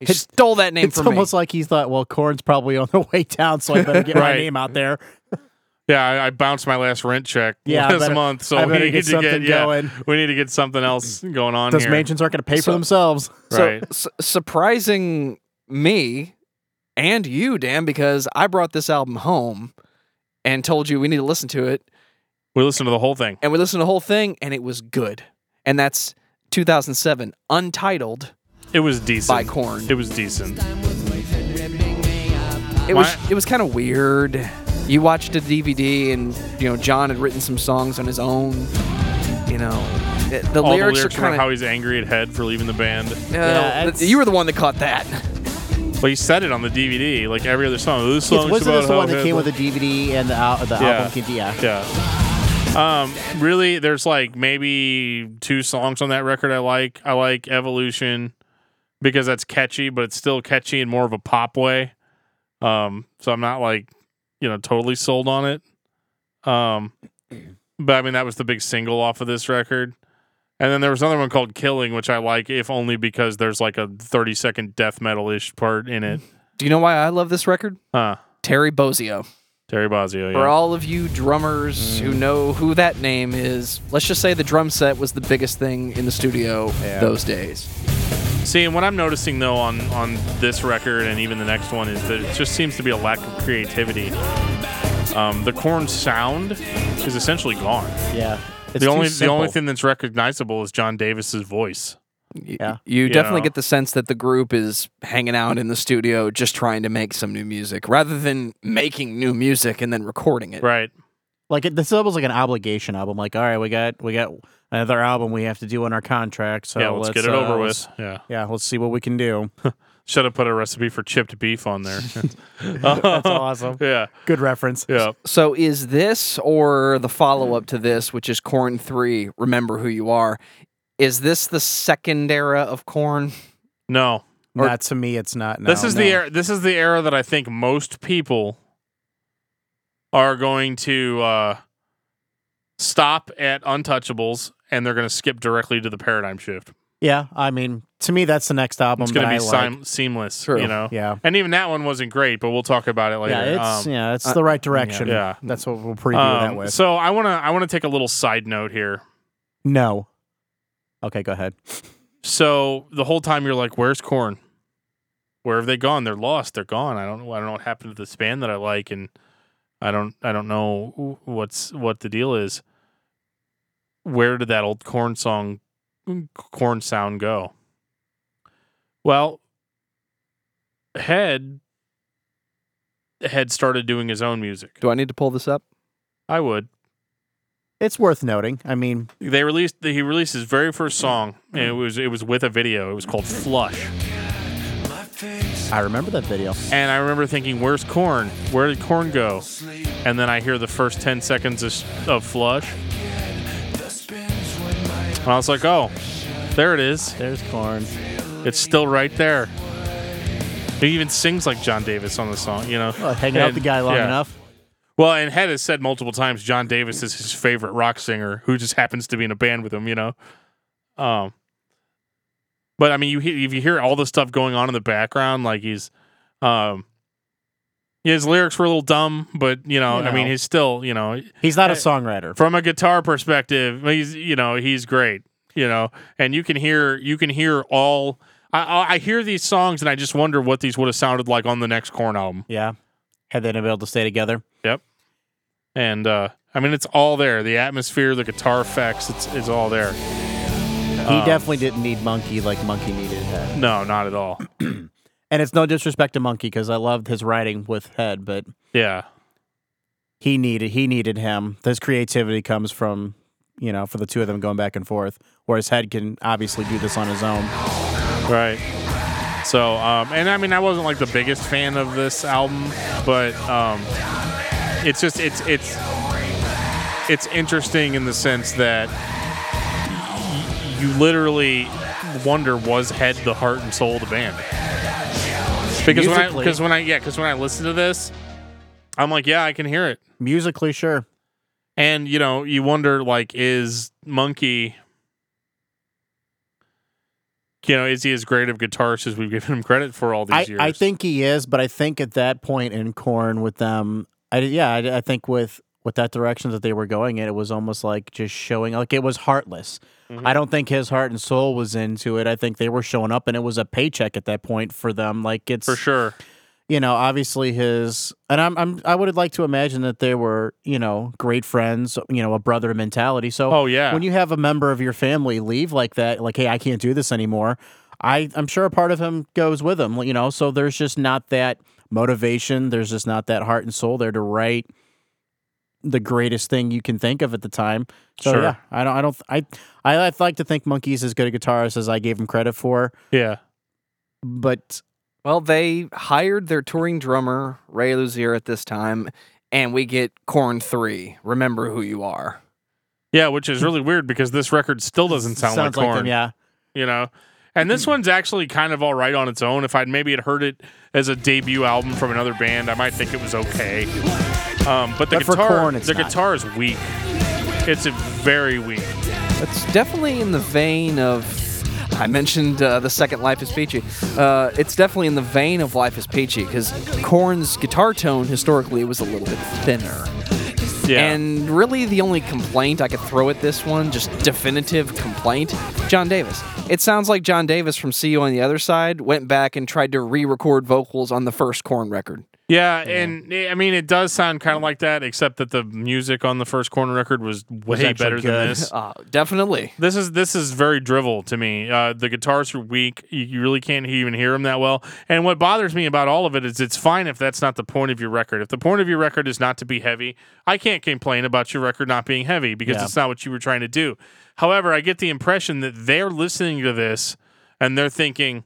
Speaker 1: He
Speaker 3: It's-
Speaker 1: stole that name
Speaker 3: It's
Speaker 1: from me.
Speaker 3: almost like he thought, well, corn's probably on the way down, so I better get my
Speaker 2: Right.
Speaker 3: name out there.
Speaker 2: Yeah, I, I bounced my last rent check
Speaker 3: Yeah, I
Speaker 2: last
Speaker 3: better-
Speaker 2: month, so
Speaker 3: I
Speaker 2: we
Speaker 3: better
Speaker 2: need
Speaker 3: get
Speaker 2: to
Speaker 3: something
Speaker 2: get yeah,
Speaker 3: going.
Speaker 2: we need to get something else going on
Speaker 3: Those
Speaker 2: here.
Speaker 3: mansions aren't going to pay
Speaker 1: So-
Speaker 3: for themselves.
Speaker 2: right.
Speaker 1: So, su- surprising me and you, Dan, because I brought this album home and told you we need to listen to it,
Speaker 2: we listened to the whole thing.
Speaker 1: and we listened to the whole thing, and it was good. And that's 2007, Untitled
Speaker 2: It was
Speaker 1: by
Speaker 2: decent.
Speaker 1: Korn.
Speaker 2: It was decent.
Speaker 1: It was
Speaker 2: My-
Speaker 1: it was kind of weird. You watched a DVD, and you know John had written some songs on his own. You know, the, the
Speaker 2: All
Speaker 1: lyrics,
Speaker 2: the lyrics
Speaker 1: are
Speaker 2: about
Speaker 1: kind
Speaker 2: how
Speaker 1: of.
Speaker 2: he's angry at Head for leaving the band.
Speaker 3: Yeah, it's-
Speaker 1: you were the one that caught that.
Speaker 2: Well, he said it on the DVD, like every other song. This
Speaker 3: It's,
Speaker 2: song's
Speaker 3: wasn't
Speaker 2: about
Speaker 3: this the
Speaker 2: how
Speaker 3: one that
Speaker 2: Head
Speaker 3: came
Speaker 2: left-
Speaker 3: with the DVD and the, al- the album? Came, yeah.
Speaker 2: Yeah. Um, really, there's like maybe two songs on that record I like. I like Evolution because that's catchy, but it's still catchy in more of a pop way. Um, so I'm not like, you know, totally sold on it. Um, but I mean, that was the big single off of this record. And then there was another one called Killing, which I like, if only because there's like a 30 second death metal ish part in it.
Speaker 1: Do you know why I love this record?
Speaker 2: Huh.
Speaker 1: Terry Bozzio.
Speaker 2: Terry
Speaker 1: For
Speaker 2: Bozzio. Yeah. Mm.
Speaker 1: all of you drummers who know who that name is, let's just say the drum set was the biggest thing in the studio
Speaker 3: Yeah.
Speaker 1: those days.
Speaker 2: See, and what I'm noticing though on on this record and even the next one is that it just seems to be a lack of creativity. Um, the corn sound is essentially gone.
Speaker 3: Yeah. It's
Speaker 2: the
Speaker 3: too
Speaker 2: only the only
Speaker 3: simple.
Speaker 2: thing that's recognizable is John Davis's voice.
Speaker 1: Y-
Speaker 3: Yeah.
Speaker 1: You
Speaker 2: You
Speaker 1: definitely
Speaker 2: know.
Speaker 1: get the sense that the group is hanging out in the studio just trying to make some new music rather than making new music and then recording it.
Speaker 2: Right.
Speaker 3: Like it, this album's like an obligation album. Like, all right, we got we got another album we have to do on our contract. So
Speaker 2: yeah, let's, get it
Speaker 3: uh,
Speaker 2: over
Speaker 3: let's-
Speaker 2: with. Yeah.
Speaker 3: Yeah, let's see what we can do.
Speaker 2: Should have put a recipe for chipped beef on there.
Speaker 3: That's awesome.
Speaker 2: yeah.
Speaker 3: Good reference.
Speaker 2: Yeah.
Speaker 1: So is this or the follow-up to this, which is Corn 3, Remember Who You Are, is this the second era of Corn?
Speaker 2: No.
Speaker 3: Not to me, it's not. No,
Speaker 2: this is the
Speaker 3: no.
Speaker 2: era, this is the era that I think most people are going to uh, stop at Untouchables and they're going to skip directly to the paradigm shift.
Speaker 3: Yeah, I mean, to me, that's the next album.
Speaker 2: It's going to
Speaker 3: that
Speaker 2: be
Speaker 3: I like.
Speaker 2: seam- seamless,
Speaker 1: True.
Speaker 2: you know.
Speaker 3: Yeah,
Speaker 2: And even that one wasn't great, but we'll talk about it later.
Speaker 3: yeah, it's
Speaker 2: Um,
Speaker 3: yeah, it's
Speaker 1: uh,
Speaker 3: the right direction.
Speaker 2: yeah.
Speaker 3: that's what we'll preview that
Speaker 2: um,
Speaker 3: with.
Speaker 2: so I want to I want to take a little side note here.
Speaker 3: no. Okay, go ahead.
Speaker 2: So the whole time you're like, "Where's Corn? Where have they gone? They're lost. They're gone. I don't know. I don't know what happened to this band that I like, and I don't I don't know what's what the deal is. Where did that old Corn song, Corn sound go? Well, Head had started doing his own music.
Speaker 1: Do I need to pull this up?
Speaker 2: I would.
Speaker 3: It's worth noting. I mean,
Speaker 2: They released he released his very first song, and it was it was with a video. It was called Flush.
Speaker 3: I remember that video.
Speaker 2: And I remember thinking, where's Corn? Where did Corn go? And then I hear the first 10 seconds of, of Flush. And I was like, oh, there it is.
Speaker 3: There's Corn.
Speaker 2: It's still right there. He even sings like John Davis on the song, you know?
Speaker 3: Well, Oh, hanging out with the
Speaker 2: And-
Speaker 3: guy long
Speaker 2: yeah.
Speaker 3: enough.
Speaker 2: Well, and Head has said multiple times John Davis is his favorite rock singer who just happens to be in a band with him, you know. Um But I mean you hear if you hear all the stuff going on in the background, like he's um yeah, his lyrics were a little dumb, but you know,
Speaker 3: You
Speaker 2: I mean
Speaker 3: know.
Speaker 2: he's still, you know,
Speaker 3: He's not a
Speaker 2: Hey.
Speaker 3: songwriter.
Speaker 2: from a guitar perspective, he's you know, he's great. You know, and you can hear you can hear all I- I, I hear these songs and I just wonder what these would have sounded like on the next Corn album.
Speaker 3: Yeah, had they been able to stay together.
Speaker 2: and uh, I mean it's all there. The atmosphere, the guitar effects, it's it's all there. Um,
Speaker 3: He definitely didn't need Monkey like Monkey needed Head.
Speaker 2: No, not at all.
Speaker 3: And it's no disrespect to Monkey because I loved his writing with Head, but
Speaker 2: Yeah.
Speaker 3: he needed he needed him. This creativity comes from you know for the two of them going back and forth, whereas Head can obviously do this on his own.
Speaker 2: Right. So, um, and I mean, I wasn't like the biggest fan of this album, but um, it's just it's it's it's interesting in the sense that y- you literally wonder was Head the heart and soul of the band? Because when I
Speaker 3: Musically.
Speaker 2: because when I yeah because when I listen to this, I'm like yeah I can hear it.
Speaker 3: Musically, sure.
Speaker 2: And you know, you wonder like, is Monkey, you know, is he as great of a guitarist as we've given him credit for all these
Speaker 3: I,
Speaker 2: years?
Speaker 3: I think he is, but I think at that point in Corn with them, I yeah, I, I think with with that direction that they were going in, it was almost like just showing like it was heartless.
Speaker 2: Mhm.
Speaker 3: I don't think his heart and soul was into it. I think they were showing up, and it was a paycheck at that point for them. Like it's
Speaker 2: for sure.
Speaker 3: you know, obviously his and I'm I'm I would like to imagine that they were, you know, great friends, you know, a brother mentality. So
Speaker 2: Oh yeah,
Speaker 3: when you have a member of your family leave like that, like, hey, I can't do this anymore, I, I'm sure a part of him goes with him, you know. So there's just not that motivation, there's just not that heart and soul there to write the greatest thing you can think of at the time. So
Speaker 2: Sure.
Speaker 3: yeah, I don't I don't I I I'd like to think Monkey's as good a guitarist as I gave him credit for,
Speaker 2: yeah,
Speaker 3: but
Speaker 1: Well, they hired their touring drummer, Ray Luzier, at this time, and we get Corn 3, Remember Who You Are.
Speaker 2: yeah. Which is really weird because this record still doesn't sound
Speaker 3: sounds
Speaker 2: like
Speaker 3: like
Speaker 2: Korn.
Speaker 3: them, yeah.
Speaker 2: You know. And this one's actually kind of all right on its own. If I'd maybe had heard it as a debut album from another band, I might think it was okay. Um, but the
Speaker 3: But for
Speaker 2: guitar,
Speaker 3: Korn, it's
Speaker 2: the
Speaker 3: not.
Speaker 2: guitar is weak. It's a very weak.
Speaker 1: It's definitely in the vein of. I mentioned uh, the second Life is Peachy. Uh, it's definitely in the vein of Life is Peachy because Korn's guitar tone historically was a little bit thinner.
Speaker 2: Yeah.
Speaker 1: And really, the only complaint I could throw at this one, just definitive complaint, John Davis. It sounds like John Davis from See You on the Other Side went back and tried to re record vocals on the first Korn record.
Speaker 2: Yeah, and eh, I mean it does sound kind of like that, except that the music on the first corner record was way
Speaker 3: actually
Speaker 2: better than
Speaker 3: good.
Speaker 2: this.
Speaker 1: Uh, definitely.
Speaker 2: This is this is very drivel to me. Uh, the guitars are weak; you, you really can't even hear them that well. And what bothers me about all of it is it's fine if that's not the point of your record. If the point of your record is not to be heavy, I can't complain about your record not being heavy because
Speaker 3: Yeah.
Speaker 2: it's not what you were trying to do. However, I get the impression that they're listening to this and they're thinking,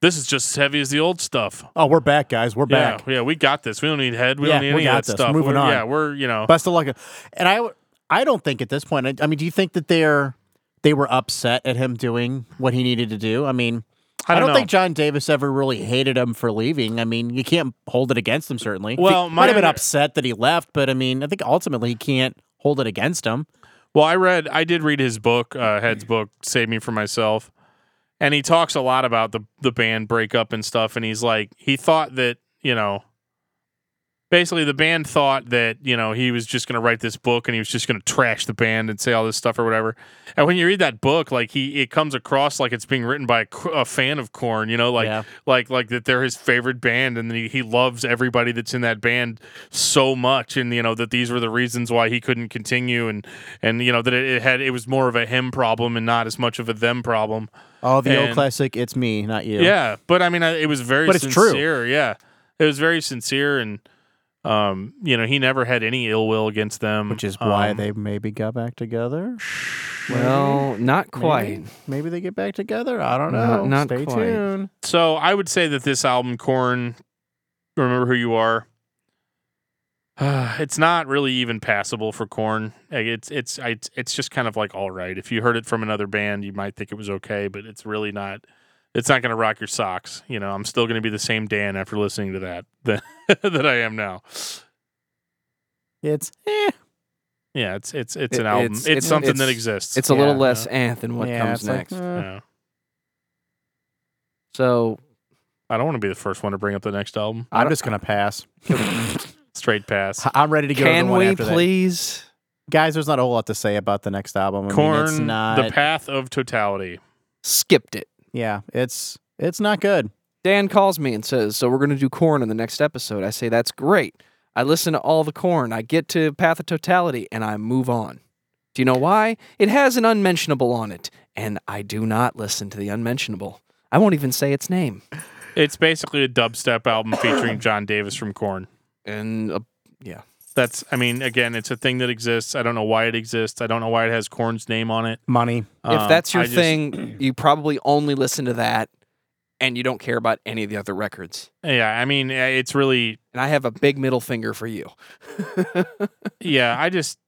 Speaker 2: "This is just as heavy as the old stuff."
Speaker 3: Oh, we're back, guys. We're
Speaker 2: Yeah,
Speaker 3: back.
Speaker 2: yeah, we got this. We don't need head. We
Speaker 3: Yeah,
Speaker 2: don't need
Speaker 3: we
Speaker 2: any
Speaker 3: got
Speaker 2: of that
Speaker 3: this.
Speaker 2: stuff.
Speaker 3: Moving
Speaker 2: We're-
Speaker 3: on.
Speaker 2: Yeah, we're you know.
Speaker 3: Best of luck. And I, I don't think at this point. I, I mean, do you think that they're they were upset at him doing what he needed to do? I mean,
Speaker 2: I don't, know.
Speaker 3: think John Davis ever really hated him for leaving. I mean, you can't hold it against him. Certainly,
Speaker 2: Well,
Speaker 3: he
Speaker 2: my
Speaker 3: might have been
Speaker 2: under-
Speaker 3: upset that he left, but I mean, I think ultimately he can't hold it against him.
Speaker 2: well, I read, I did read his book, uh, Head's book, "Save Me for Myself," and he talks a lot about the the band breakup and stuff. And he's like, he thought that you know, basically the band thought that you know he was just going to write this book and he was just going to trash the band and say all this stuff or whatever. And when you read that book, like he, it comes across like it's being written by a, c- a fan of Corn. You know, like
Speaker 3: yeah,
Speaker 2: like like that they're his favorite band and he, he loves everybody that's in that band so much and you know that these were the reasons why he couldn't continue and and you know that it, it had it was more of a him problem and not as much of a them problem
Speaker 3: oh, the
Speaker 2: And-
Speaker 3: old classic. It's me, not you.
Speaker 2: yeah, but i mean I, it was very
Speaker 3: But it's true.
Speaker 2: sincere yeah it was very sincere and um you know he never had any ill will against them
Speaker 3: which is why
Speaker 2: Um,
Speaker 3: they maybe got back together.
Speaker 1: Well, not
Speaker 3: Maybe-
Speaker 1: quite.
Speaker 3: Maybe, they get back together. I don't know.
Speaker 1: Not- not
Speaker 3: Stay
Speaker 1: quite.
Speaker 3: tuned.
Speaker 2: so i would say that this album corn remember who you are it's not really even passable for corn it's it's I- it's it's just kind of like all right if you heard it from another band you might think it was okay but it's really not it's not going to rock your socks you know i'm still going to be the same dan after listening to that that, that i am now
Speaker 3: It's eh.
Speaker 2: yeah it's it's it's an
Speaker 1: It-
Speaker 2: album
Speaker 1: it's-
Speaker 2: it's,
Speaker 1: it's-
Speaker 2: something that
Speaker 1: it's-
Speaker 2: exists
Speaker 1: It's uh, a little
Speaker 2: Yeah.
Speaker 1: less eh than what
Speaker 3: Yeah,
Speaker 1: comes
Speaker 3: it's like,
Speaker 1: next.
Speaker 3: eh.
Speaker 2: yeah.
Speaker 1: so
Speaker 2: i don't want to be the first one to bring up the next album
Speaker 1: I
Speaker 3: I'm
Speaker 1: don't-
Speaker 3: just gonna pass.
Speaker 2: straight pass
Speaker 3: I'm ready to go. to
Speaker 1: can
Speaker 3: the one
Speaker 1: we
Speaker 3: after that.
Speaker 1: please?
Speaker 3: guys? There's not a whole lot to say about the next album. I mean,
Speaker 2: corn
Speaker 3: it's not.
Speaker 2: the path of totality
Speaker 1: Skipped it.
Speaker 3: yeah, it's it's not good.
Speaker 1: Dan calls me and says, "So we're going to do corn in the next episode." I say, "That's great." I listen to all the corn. I get to Path of Totality, and I move on. Do you know why? It has an unmentionable on it, and I do not listen to the unmentionable. I won't even say its name.
Speaker 2: It's basically a dubstep album featuring John Davis from Korn.
Speaker 1: and uh,
Speaker 2: That's, I mean, again, it's a thing that exists. I don't know why it exists. I don't know why it has Korn's name on it.
Speaker 3: Money.
Speaker 1: if
Speaker 2: Um,
Speaker 1: that's your
Speaker 2: I just-
Speaker 1: thing, you probably only listen to that, and you don't care about any of the other records.
Speaker 2: yeah, I mean, eh, it's really,
Speaker 1: And I have a big middle finger for you.
Speaker 2: yeah, I just,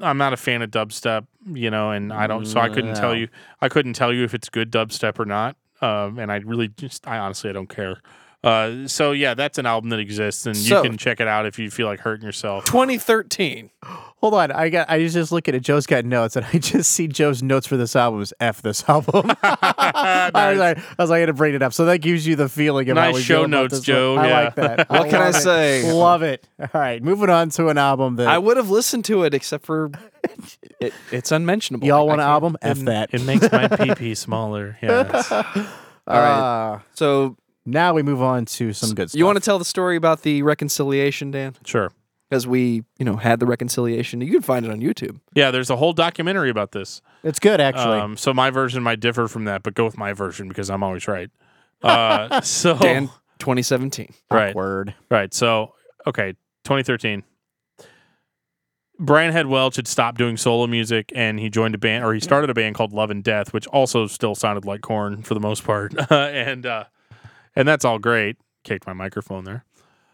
Speaker 2: I'm not a fan of dubstep, you know, and I don't, so I couldn't tell
Speaker 3: No.
Speaker 2: you, I couldn't tell you if it's good dubstep or not. Um, and I really just, I honestly, I don't care. Uh, so yeah, that's an album that exists, and
Speaker 1: So-
Speaker 2: you can check it out if you feel like hurting yourself.
Speaker 1: 2013.
Speaker 3: Hold on, I got. I was just looking at Joe's got notes, and I just see Joe's notes for this album is f this album. I, was like, I was like, I had to bring it up, so that gives you the feeling of how
Speaker 2: Nice
Speaker 3: we
Speaker 2: show
Speaker 3: feel about
Speaker 2: notes,
Speaker 3: this one.
Speaker 2: Joe,
Speaker 3: I
Speaker 2: yeah.
Speaker 3: like that.
Speaker 1: What can I
Speaker 3: love it.
Speaker 1: say?
Speaker 3: Love it. All right, moving on to an album that
Speaker 1: I would have listened to it, except for it, it's unmentionable.
Speaker 3: y'all want
Speaker 1: I
Speaker 3: an
Speaker 1: can't-
Speaker 3: album? F that.
Speaker 2: It makes my PP smaller. Yes.
Speaker 1: All right.
Speaker 3: Uh,
Speaker 1: So
Speaker 3: now we move on to some good stuff.
Speaker 1: you want to tell the story about the reconciliation, Dan?
Speaker 2: Sure.
Speaker 1: Because we, you know, had the reconciliation. You can find it on YouTube.
Speaker 2: Yeah, there's a whole documentary about this.
Speaker 3: It's good actually.
Speaker 2: Um, so my version might differ from that, but go with my version because I'm always right. Uh, so
Speaker 1: Dan, 2017.
Speaker 2: right,
Speaker 3: Awkward.
Speaker 2: right. So okay, 2013. Brian Head Welch had stopped doing solo music, and he joined a band, or he started a band called Love and Death, which also still sounded like Corn for the most part, and uh, and that's all great. Kicked my microphone there.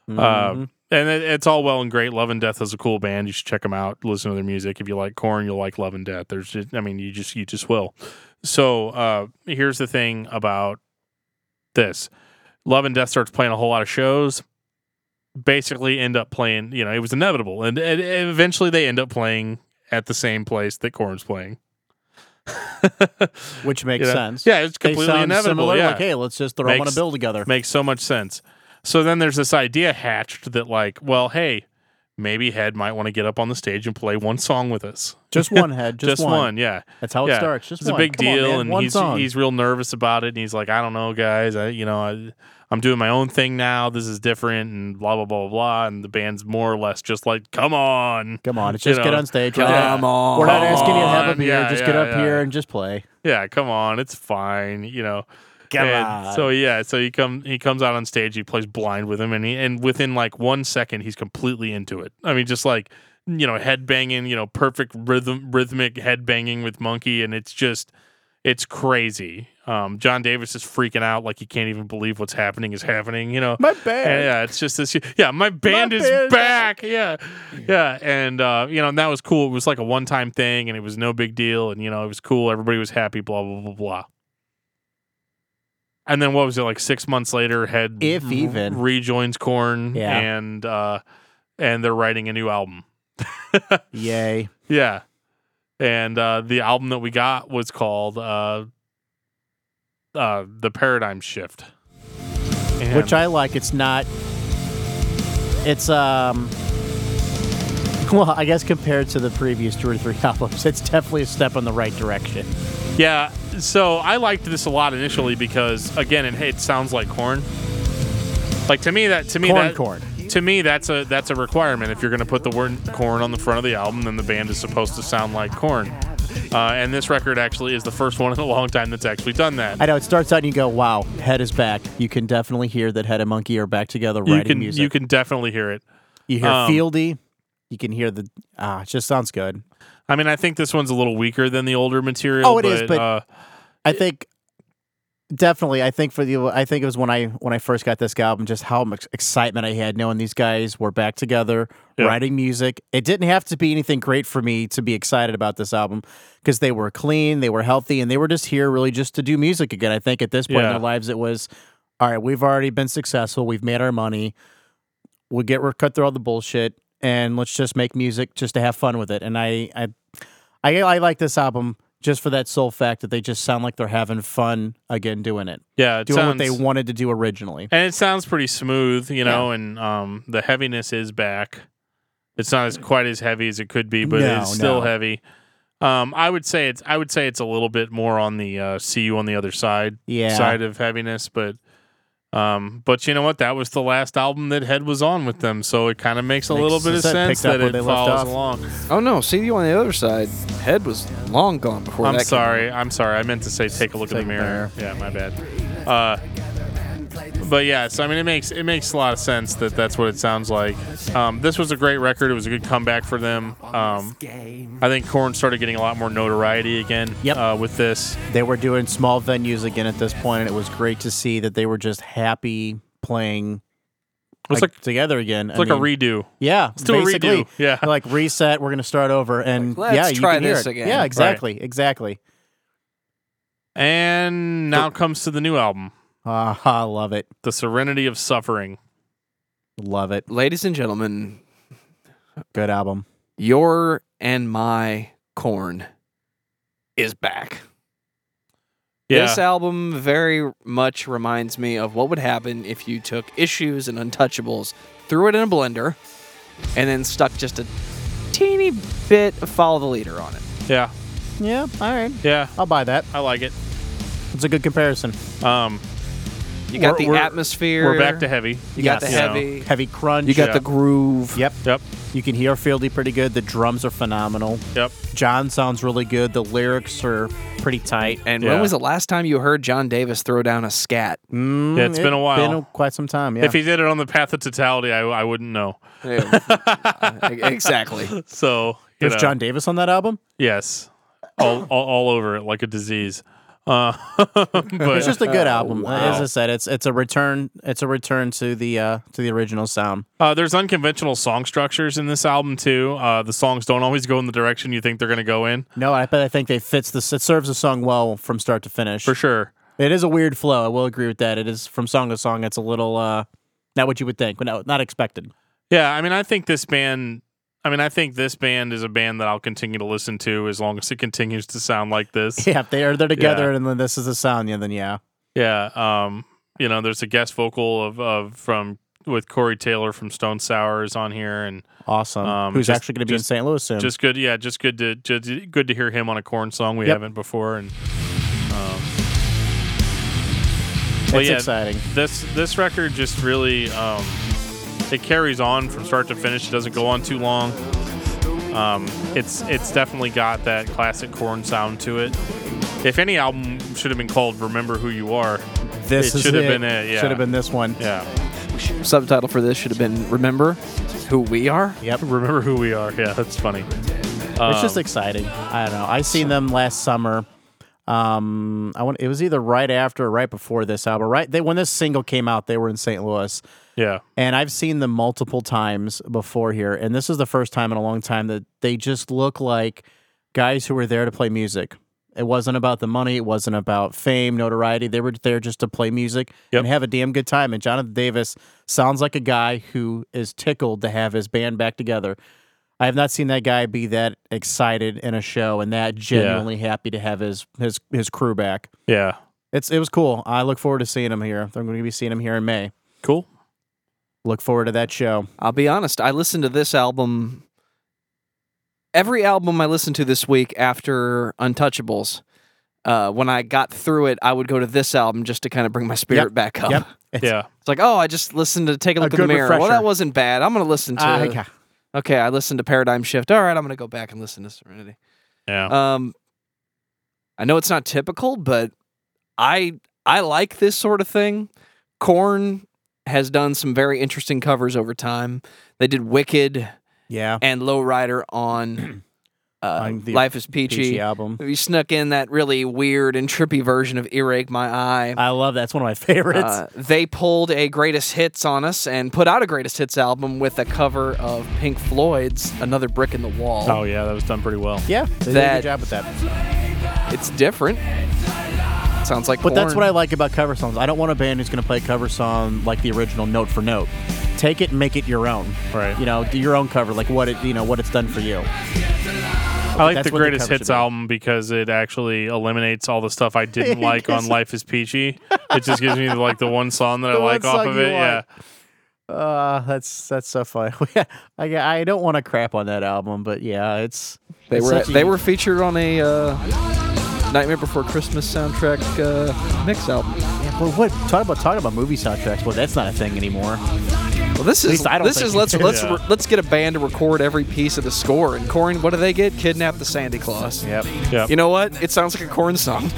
Speaker 2: Uh,
Speaker 3: Mhm.
Speaker 2: Um, and it, it's all well and great. Love and Death is a cool band. You should check them out. Listen to their music. If you like Corn, you'll like Love and Death. There's, just, I mean, you just you just will. So uh, here's the thing about this: Love and Death starts playing a whole lot of shows. Basically, end up playing. You know, it was inevitable, and, and eventually they end up playing at the same place that Corn's playing.
Speaker 3: Which makes
Speaker 2: Yeah.
Speaker 3: sense.
Speaker 2: yeah, it's
Speaker 3: They
Speaker 2: completely
Speaker 3: sound
Speaker 2: inevitable.
Speaker 3: similar.
Speaker 2: yeah.
Speaker 3: Like, hey, let's just throw them on a
Speaker 2: Makes-
Speaker 3: bill together.
Speaker 2: Makes so much sense. So then there's this idea hatched that like, well, hey, maybe Head might want to get up on the stage and play one song with us.
Speaker 3: just one head. Just,
Speaker 2: Just, one. yeah.
Speaker 3: That's how it
Speaker 2: Yeah.
Speaker 3: starts. Just
Speaker 2: It's a
Speaker 3: one.
Speaker 2: big
Speaker 3: Come on,
Speaker 2: deal
Speaker 3: man.
Speaker 2: and
Speaker 3: one
Speaker 2: he's
Speaker 3: song.
Speaker 2: he's real nervous about it and he's like, I don't know, guys. I you know, I I'm doing my own thing now. This is different and blah blah blah blah and the band's more or less just like, "Come on."
Speaker 3: Come on, it's
Speaker 2: you
Speaker 3: just get
Speaker 2: know.
Speaker 3: on stage.
Speaker 1: Come
Speaker 3: Yeah.
Speaker 1: on.
Speaker 3: We're not
Speaker 2: Come
Speaker 3: asking you to have a
Speaker 2: on.
Speaker 3: beer.
Speaker 2: Yeah,
Speaker 3: just get
Speaker 2: yeah,
Speaker 3: up
Speaker 2: yeah.
Speaker 3: here and just play.
Speaker 2: Yeah, come on. It's fine, you know.
Speaker 3: Come
Speaker 2: And
Speaker 3: on.
Speaker 2: So yeah, so he come he comes out on stage, he plays blind with him, and he and within like one second he's completely into it. I mean, just like you know, head banging, you know, perfect rhythm rhythmic head banging with monkey, and it's just it's crazy. Um, John Davis is freaking out like he can't even believe what's happening is happening, you know.
Speaker 3: My
Speaker 2: And, yeah, it's just this. Yeah, my band is
Speaker 3: band is
Speaker 2: back. Yeah, yeah, and uh, you know, and that was cool. It was like a one-time thing, and it was no big deal, and you know, it was cool. Everybody was happy. Blah blah blah blah. And then what was it like? Six months later, head
Speaker 3: If even.
Speaker 2: rejoins Corn,
Speaker 3: Yeah.
Speaker 2: and uh, and they're writing a new album.
Speaker 3: Yay.
Speaker 2: Yeah, and uh, the album that we got was called uh, uh, the Paradigm Shift, And-
Speaker 3: Which I like. It's not. It's um. Well, I guess compared to the previous two or three albums, it's definitely a step in the right direction.
Speaker 2: Yeah, so I liked this a lot initially because again, it, it sounds like corn. Like to me, that to me
Speaker 3: Corn,
Speaker 2: that
Speaker 3: corn.
Speaker 2: to me that's a that's a requirement. If you're going to put the word corn on the front of the album, then the band is supposed to sound like corn. Uh, and this record actually is the first one in a long time that's actually done that.
Speaker 3: I know it starts out and you go, "Wow, Head is back." You can definitely hear that Head and Monkey are back together
Speaker 2: You
Speaker 3: writing
Speaker 2: can
Speaker 3: music.
Speaker 2: you can definitely hear it.
Speaker 3: You hear
Speaker 2: Um,
Speaker 3: Fieldy. You can hear the ah. It just sounds good.
Speaker 2: I mean, I think this one's a little weaker than the older material.
Speaker 3: Oh, it
Speaker 2: but,
Speaker 3: is, but-
Speaker 2: uh,
Speaker 3: I think definitely. I think for the. I think it was when I when I first got this album, just how much excitement I had knowing these guys were back together
Speaker 2: Yeah.
Speaker 3: writing music. It didn't have to be anything great for me to be excited about this album because they were clean, they were healthy, and they were just here really just to do music again. I think at this point in
Speaker 2: Yeah.
Speaker 3: their lives, it was all right. We've already been successful. We've made our money. We'll get we'll cut through all the bullshit and let's just make music just to have fun with it. And I I I, I like this album just for that sole fact that they just sound like they're having fun again doing it,
Speaker 2: yeah, it
Speaker 3: doing what
Speaker 2: sounds,
Speaker 3: they wanted to do originally.
Speaker 2: and it sounds pretty smooth, you know. And um, the heaviness is back. It's not as quite as heavy as it could be, but
Speaker 3: No,
Speaker 2: it's still
Speaker 3: no.
Speaker 2: heavy. Um, I would say it's I would say it's a little bit more on the uh, see you on the other side
Speaker 3: Yeah,
Speaker 2: side of heaviness, but um, but you know what? That was the last album that Head was on with them, so it kind of makes a
Speaker 3: Makes
Speaker 2: little bit of
Speaker 3: sense. Picked
Speaker 2: sense
Speaker 3: up
Speaker 2: that
Speaker 3: where
Speaker 2: it
Speaker 3: they left
Speaker 2: follows
Speaker 3: off.
Speaker 2: along.
Speaker 1: Oh no, see you on the other side. Head was long gone before
Speaker 2: I'm
Speaker 1: that.
Speaker 2: sorry, I'm sorry. I meant to say take a look in
Speaker 3: Take a
Speaker 2: the mirror. Yeah, my bad. Uh, But yeah, so I mean, it makes it makes a lot of sense that that's what it sounds like. Um, this was a great record. It was a good comeback for them. Um, I think Korn started getting a lot more notoriety again
Speaker 3: Yep.
Speaker 2: uh, with this.
Speaker 3: They were doing small venues again at this point, and it was great to see that they were just happy playing
Speaker 2: It's like,
Speaker 3: together again.
Speaker 2: it's like a redo.
Speaker 3: Yeah,
Speaker 2: do a redo.
Speaker 3: basically.
Speaker 2: Yeah.
Speaker 3: like reset. We're gonna start over, and
Speaker 1: Like, let's
Speaker 3: yeah, you
Speaker 1: try
Speaker 3: can hear
Speaker 1: this
Speaker 3: it.
Speaker 1: again.
Speaker 3: Yeah,
Speaker 1: Right.
Speaker 3: exactly, exactly.
Speaker 2: And now comes to the new album,
Speaker 3: Ah, I love it,
Speaker 2: The Serenity of Suffering.
Speaker 3: love it.
Speaker 1: Ladies and gentlemen,
Speaker 3: Good album.
Speaker 1: your and my corn is back.
Speaker 2: Yeah.
Speaker 1: This album very much reminds me of what would happen if you took issues and untouchables, threw it in a blender, and then stuck just a teeny bit of follow the leader on it.
Speaker 2: yeah.
Speaker 3: Yeah, all right,
Speaker 2: Yeah.
Speaker 3: I'll buy that.
Speaker 2: I like it.
Speaker 3: It's a good comparison.
Speaker 2: Um,
Speaker 1: You got
Speaker 2: We're-
Speaker 1: the
Speaker 2: we're-
Speaker 1: atmosphere.
Speaker 2: we're back to heavy.
Speaker 1: You got
Speaker 3: Yes.
Speaker 1: the
Speaker 2: Yeah.
Speaker 1: heavy.
Speaker 3: Heavy crunch. uh,
Speaker 1: You got
Speaker 2: Yeah.
Speaker 1: the groove.
Speaker 3: Yep,
Speaker 2: Yep.
Speaker 3: you can hear Fieldy pretty good. The drums are phenomenal.
Speaker 2: Yep.
Speaker 3: John sounds really good. The lyrics are pretty tight.
Speaker 1: And
Speaker 2: Yeah.
Speaker 1: when was the last time you heard John Davis throw down a scat?
Speaker 3: Mm,
Speaker 2: Yeah, it's been a while.
Speaker 3: Been quite some time. Yeah.
Speaker 2: If he did it on the path of totality, I, I wouldn't know.
Speaker 1: E-, exactly.
Speaker 2: So you
Speaker 3: There's
Speaker 2: know.
Speaker 3: John Davis on that album.
Speaker 2: Yes, all, all all over it like a disease. Uh, but
Speaker 3: It's just a good album.
Speaker 1: wow.
Speaker 3: As I said, it's it's a return. It's a return to the uh, to the original sound.
Speaker 2: uh, there's unconventional song structures in this album too. Uh, the songs don't always go in the direction you think they're going to go in,
Speaker 3: No, I but I think they fits the it serves the song well from start to finish.
Speaker 2: for sure.
Speaker 3: It is a weird flow. I will agree with that. It is from song to song. It's a little uh, not what you would think, but no, not expected.
Speaker 2: Yeah, I mean, I think this band. I mean, I think this band is a band that I'll continue to listen to as long as it continues to sound like this.
Speaker 3: Yeah, if they are they're together
Speaker 2: Yeah.
Speaker 3: and then this is the sound. Yeah, then yeah,
Speaker 2: Yeah. Um, you know, there's a guest vocal of, of from with Corey Taylor from Stone Sour is on here, and
Speaker 3: awesome.
Speaker 2: Um,
Speaker 3: Who's
Speaker 2: just-
Speaker 3: actually going to be
Speaker 2: just-
Speaker 3: in St. Louis soon?
Speaker 2: just good. Yeah, just good to just good to hear him on a corn song we
Speaker 3: Yep.
Speaker 2: haven't before, and
Speaker 3: it's
Speaker 2: well, yeah.
Speaker 3: exciting.
Speaker 2: this this record just really um, it carries on from start to finish. It doesn't go on too long. Um, it's it's definitely got that classic corn sound to it. If any album should have been called "Remember Who You Are,"
Speaker 3: This
Speaker 2: it
Speaker 3: is
Speaker 2: should have been it, yeah.
Speaker 3: Should have been this one.
Speaker 2: yeah,
Speaker 1: Subtitle for this should have been "Remember Who We Are."
Speaker 3: Yep.
Speaker 2: "Remember Who We Are." Yeah, that's funny.
Speaker 3: It's
Speaker 2: Um,
Speaker 3: just exciting. I don't know. I seen them last summer. Um, I want it was either right after or right before this album. Right, they when this single came out, they were in St. Louis,
Speaker 2: Yeah,
Speaker 3: and I've seen them multiple times before here. And this is the first time in a long time that they just look like guys who were there to play music. It wasn't about the money. It wasn't about fame, notoriety. They were there just to play music
Speaker 2: Yep.
Speaker 3: and have a damn good time. And Jonathan Davis sounds like a guy who is tickled to have his band back together. I have not seen that guy be that excited in a show and that genuinely happy to have his his his crew back.
Speaker 2: yeah,
Speaker 3: It's it was cool. I look forward to seeing him here. I'm going to be seeing him here in May.
Speaker 2: cool.
Speaker 3: Look forward to that show.
Speaker 1: I'll be honest. I listened to this album. Every album I listened to this week after Untouchables, uh, when I got through it, I would go to this album just to kind of bring my spirit
Speaker 3: Yep.
Speaker 1: back up.
Speaker 3: Yep. It's,
Speaker 2: Yeah,
Speaker 1: It's like, oh, I just listened to Take a
Speaker 3: A
Speaker 1: Look in the
Speaker 3: good
Speaker 1: Mirror. Well,
Speaker 3: refresher.
Speaker 1: that wasn't bad. I'm going to listen to.
Speaker 3: Ah, yeah.
Speaker 1: Okay, I listened to Paradigm Shift. All right, I'm going to go back and listen to Serenity.
Speaker 3: Oh.
Speaker 2: yeah.
Speaker 1: Um, I know it's not typical, but I I like this sort of thing. Korn has done some very interesting covers over time. They did Wicked
Speaker 3: Yeah.
Speaker 1: and Lowrider on, uh,
Speaker 3: On the
Speaker 1: Life is Peachy.
Speaker 3: Peachy album.
Speaker 1: We snuck in that really weird and trippy version of Earache My Eye.
Speaker 3: I love that. It's one of my favorites.
Speaker 1: Uh, they pulled a greatest hits on us and put out a greatest hits album with a cover of Pink Floyd's Another Brick in the Wall.
Speaker 2: oh yeah, that was done pretty well.
Speaker 3: yeah. They did a
Speaker 1: that-
Speaker 3: good job with that.
Speaker 1: It's different. Sounds like
Speaker 3: But that's
Speaker 1: Korn.
Speaker 3: what I like about cover songs. I don't want a band who's going to play a cover song like the original note for note. Take it and make it your own.
Speaker 2: Right.
Speaker 3: You know, do your own cover, like what it, you know, what it's done for you.
Speaker 2: I like
Speaker 3: That's
Speaker 2: the
Speaker 3: what the
Speaker 2: greatest
Speaker 3: cover
Speaker 2: hits
Speaker 3: should be.
Speaker 2: album because it actually eliminates all the stuff I didn't like on Life is Peachy. It just gives me like the one song that I
Speaker 3: The
Speaker 2: like
Speaker 3: one
Speaker 2: off
Speaker 3: song
Speaker 2: of
Speaker 3: you
Speaker 2: it. Yeah.
Speaker 3: like. Uh, that's that's so funny. I I don't want to crap on that album, but yeah, it's
Speaker 1: They
Speaker 3: it's
Speaker 1: were
Speaker 3: such a-
Speaker 1: they were featured on a uh, Nightmare Before Christmas soundtrack uh, mix album.
Speaker 3: Yeah, but what talk about talking about movie soundtracks? Well, that's not a thing anymore.
Speaker 1: Well, this is
Speaker 3: least I don't
Speaker 1: this
Speaker 3: think
Speaker 1: is
Speaker 3: you
Speaker 1: let's
Speaker 3: did.
Speaker 1: let's
Speaker 2: Yeah.
Speaker 1: re- let's get a band to record every piece of the score. And Corn, what do they get? Kidnap the Sandy Claus.
Speaker 3: Yep.
Speaker 2: Yep.
Speaker 1: You know what? It sounds like a Corn song.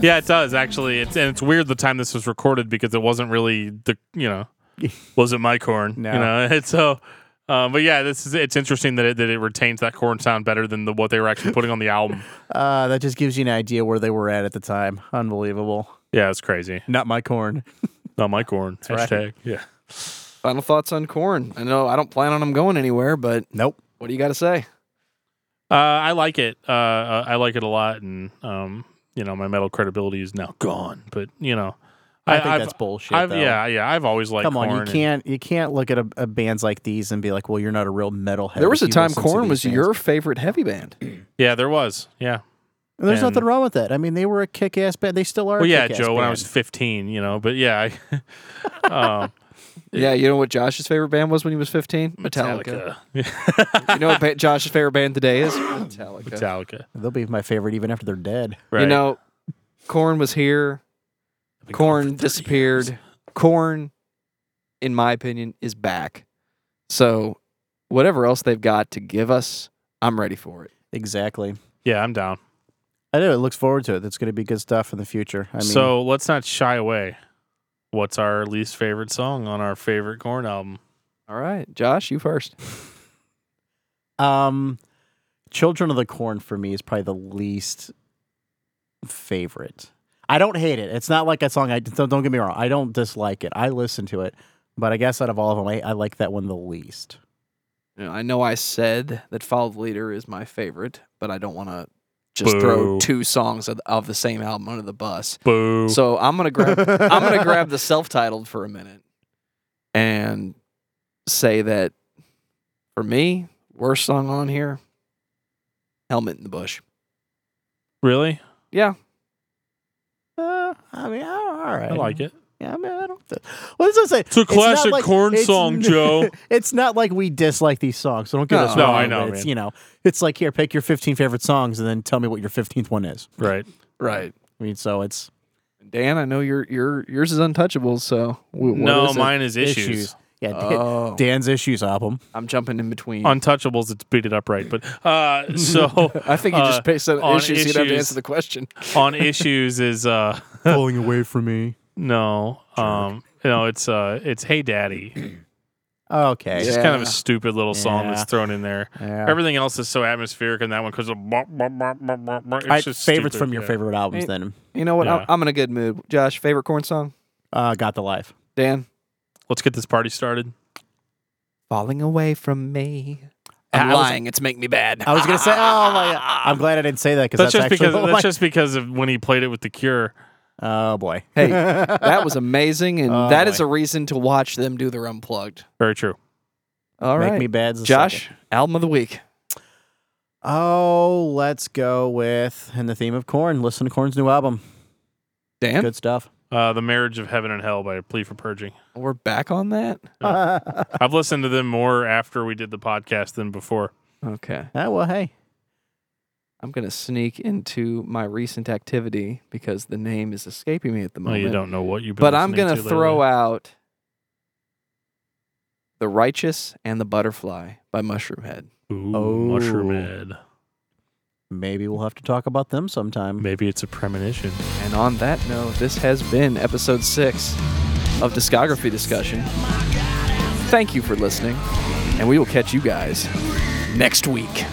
Speaker 2: Yeah, it does actually. It's and it's weird the time this was recorded because it wasn't really the you know wasn't my corn.
Speaker 3: No.
Speaker 2: You know, and so. Um, but yeah, this is it's interesting that it, that it retains that corn sound better than the what they were actually putting on the album.
Speaker 3: Uh, that just gives you an idea where they were at at the time. Unbelievable.
Speaker 2: Yeah, it's crazy.
Speaker 3: Not my corn.
Speaker 2: Not my corn.
Speaker 3: right.
Speaker 2: Hashtag. Yeah.
Speaker 1: Final thoughts on Corn. I know I don't plan on them going anywhere, but
Speaker 3: Nope.
Speaker 1: what do you got to say?
Speaker 2: Uh, I like it. Uh, uh, I like it a lot, and um, you know, my metal credibility is now gone. But you know,
Speaker 3: I, think
Speaker 2: I've-
Speaker 3: that's bullshit.
Speaker 2: I've,
Speaker 3: though.
Speaker 2: yeah, yeah. I've always liked.
Speaker 3: Come on,
Speaker 2: corn
Speaker 3: you can't you can't look at a, a bands like these and be like, well, you're not a real metalhead.
Speaker 1: There was
Speaker 3: if
Speaker 1: a
Speaker 3: you
Speaker 1: time
Speaker 3: listen to
Speaker 1: Corn
Speaker 3: these
Speaker 1: was
Speaker 3: bands.
Speaker 1: your favorite heavy band.
Speaker 2: yeah, there was. Yeah.
Speaker 3: And there's
Speaker 2: and-
Speaker 3: nothing wrong with that. I mean, they were a kick-ass band. They still are.
Speaker 2: Well,
Speaker 3: a
Speaker 2: yeah,
Speaker 3: kick-ass
Speaker 2: Joe. When I
Speaker 3: band.
Speaker 2: was 15, you know. But yeah, I, um,
Speaker 1: Yeah, you know what Josh's favorite band was when he was 15? Metallica.
Speaker 2: Metallica. Yeah,
Speaker 1: you know what ba- Josh's favorite band today is? Metallica.
Speaker 2: Metallica.
Speaker 3: they'll be my favorite even after they're dead.
Speaker 2: Right.
Speaker 1: You know, Corn was here.
Speaker 2: Been gone for
Speaker 1: Corn
Speaker 2: 30 years.
Speaker 1: disappeared. Corn, in my opinion, is back. So, whatever else they've got to give us, I'm ready for it.
Speaker 3: Exactly.
Speaker 2: Yeah, I'm down.
Speaker 3: I know. It looks forward to it. That's going to be good stuff in the future. I mean,
Speaker 2: so let's not shy away. What's our least favorite song on our favorite corn album?
Speaker 1: All right, Josh, you first.
Speaker 3: um, Children of the Corn for me is probably the least favorite. I don't hate it. It's not like a song. I don't, don't get me wrong. I don't dislike it. I listen to it, but I guess out of all of them, I, I like that one the least.
Speaker 1: You know, I know I said that Follow the Leader is my favorite, but I don't want to just throw
Speaker 2: Boo.
Speaker 1: two songs of, of the same album under the bus.
Speaker 2: Boo.
Speaker 1: So I'm gonna grab I'm gonna grab the self-titled for a minute and say that for me, worst song on here, "Helmet in the Bush."
Speaker 2: really,
Speaker 1: Yeah,
Speaker 3: Uh, I mean, all right.
Speaker 2: I like it.
Speaker 3: Yeah, I mean, I don't. Th- what does that say?
Speaker 2: It's a
Speaker 3: not
Speaker 2: classic corn
Speaker 3: it's
Speaker 2: song,
Speaker 3: n-
Speaker 2: Joe.
Speaker 3: it's not like we dislike these songs, so don't get
Speaker 1: No.
Speaker 3: us
Speaker 2: No,
Speaker 3: wrong.
Speaker 2: I know,
Speaker 3: but It's,
Speaker 2: man.
Speaker 3: you know, it's like here, pick your 15 favorite songs, and then tell me what your 15th one is.
Speaker 2: Right.
Speaker 1: right.
Speaker 3: I mean, so it's
Speaker 1: Dan, I know your your yours is untouchable, so wh- what
Speaker 2: no,
Speaker 1: is it?
Speaker 2: mine is issues.
Speaker 3: issues. Yeah, Dan-
Speaker 1: Oh,
Speaker 3: Dan's issues album.
Speaker 1: I'm jumping in between.
Speaker 2: Untouchables, it's beat it up right. But uh, so
Speaker 1: I think you just
Speaker 2: uh,
Speaker 1: picked some
Speaker 2: on
Speaker 1: issues, so you don't have to
Speaker 2: issues.
Speaker 1: answer the question.
Speaker 2: on issues is uh
Speaker 3: Falling away from me.
Speaker 2: no um no it's uh it's hey daddy.
Speaker 3: Okay.
Speaker 2: It's
Speaker 1: Yeah.
Speaker 2: just kind of a stupid little song
Speaker 3: Yeah.
Speaker 2: that's thrown in there.
Speaker 3: Yeah.
Speaker 2: Everything else is so atmospheric, and that one because
Speaker 3: I,
Speaker 2: it's
Speaker 3: favorites
Speaker 2: just stupid,
Speaker 3: from your
Speaker 2: yeah.
Speaker 3: favorite albums,
Speaker 1: Hey.
Speaker 3: then.
Speaker 1: You know what? I'm,
Speaker 2: Yeah.
Speaker 1: I'm in a good mood. Josh, favorite corn song?
Speaker 3: Uh, Got the Life.
Speaker 1: Dan,
Speaker 2: Let's get this party started.
Speaker 1: falling away from me.
Speaker 3: I-
Speaker 1: I'm
Speaker 3: I was-
Speaker 1: lying. it's make me bad.
Speaker 3: I was gonna say, oh my! God. I'm glad I didn't say that because
Speaker 2: Ah. That's,
Speaker 3: that's,
Speaker 2: just
Speaker 3: actually
Speaker 2: because
Speaker 3: what
Speaker 2: that's
Speaker 3: my-
Speaker 2: just because of when he played it with the Cure.
Speaker 3: oh boy.
Speaker 1: hey, that was amazing, and
Speaker 3: Oh,
Speaker 1: that is
Speaker 3: boy.
Speaker 1: a reason to watch them do their unplugged.
Speaker 2: Very true.
Speaker 1: All
Speaker 3: Make
Speaker 1: right,
Speaker 3: me bad's the
Speaker 1: Josh, album of the week.
Speaker 3: Oh, let's go with and the theme of Corn. Listen to Corn's new album.
Speaker 1: Dan,
Speaker 3: Good stuff.
Speaker 2: Uh, the Marriage of Heaven and Hell by Plea for Purging.
Speaker 1: we're back on that.
Speaker 2: I've listened to them more after we did the podcast than before.
Speaker 1: Okay,
Speaker 3: Ah, well, hey.
Speaker 1: I'm gonna sneak into my recent activity because the name is escaping me at the
Speaker 2: Well,
Speaker 1: moment.
Speaker 2: Oh, you don't know what you've been.
Speaker 1: but I'm
Speaker 2: listening
Speaker 1: gonna
Speaker 2: to
Speaker 1: throw
Speaker 2: lately.
Speaker 1: out "The Righteous and the Butterfly" by Mushroomhead.
Speaker 2: Ooh,
Speaker 3: Oh.
Speaker 2: mushroom head.
Speaker 3: Maybe we'll have to talk about them sometime.
Speaker 2: Maybe it's a premonition.
Speaker 1: And on that note, this has been episode six of Discography Discussion. Thank you for listening, and we will catch you guys next week.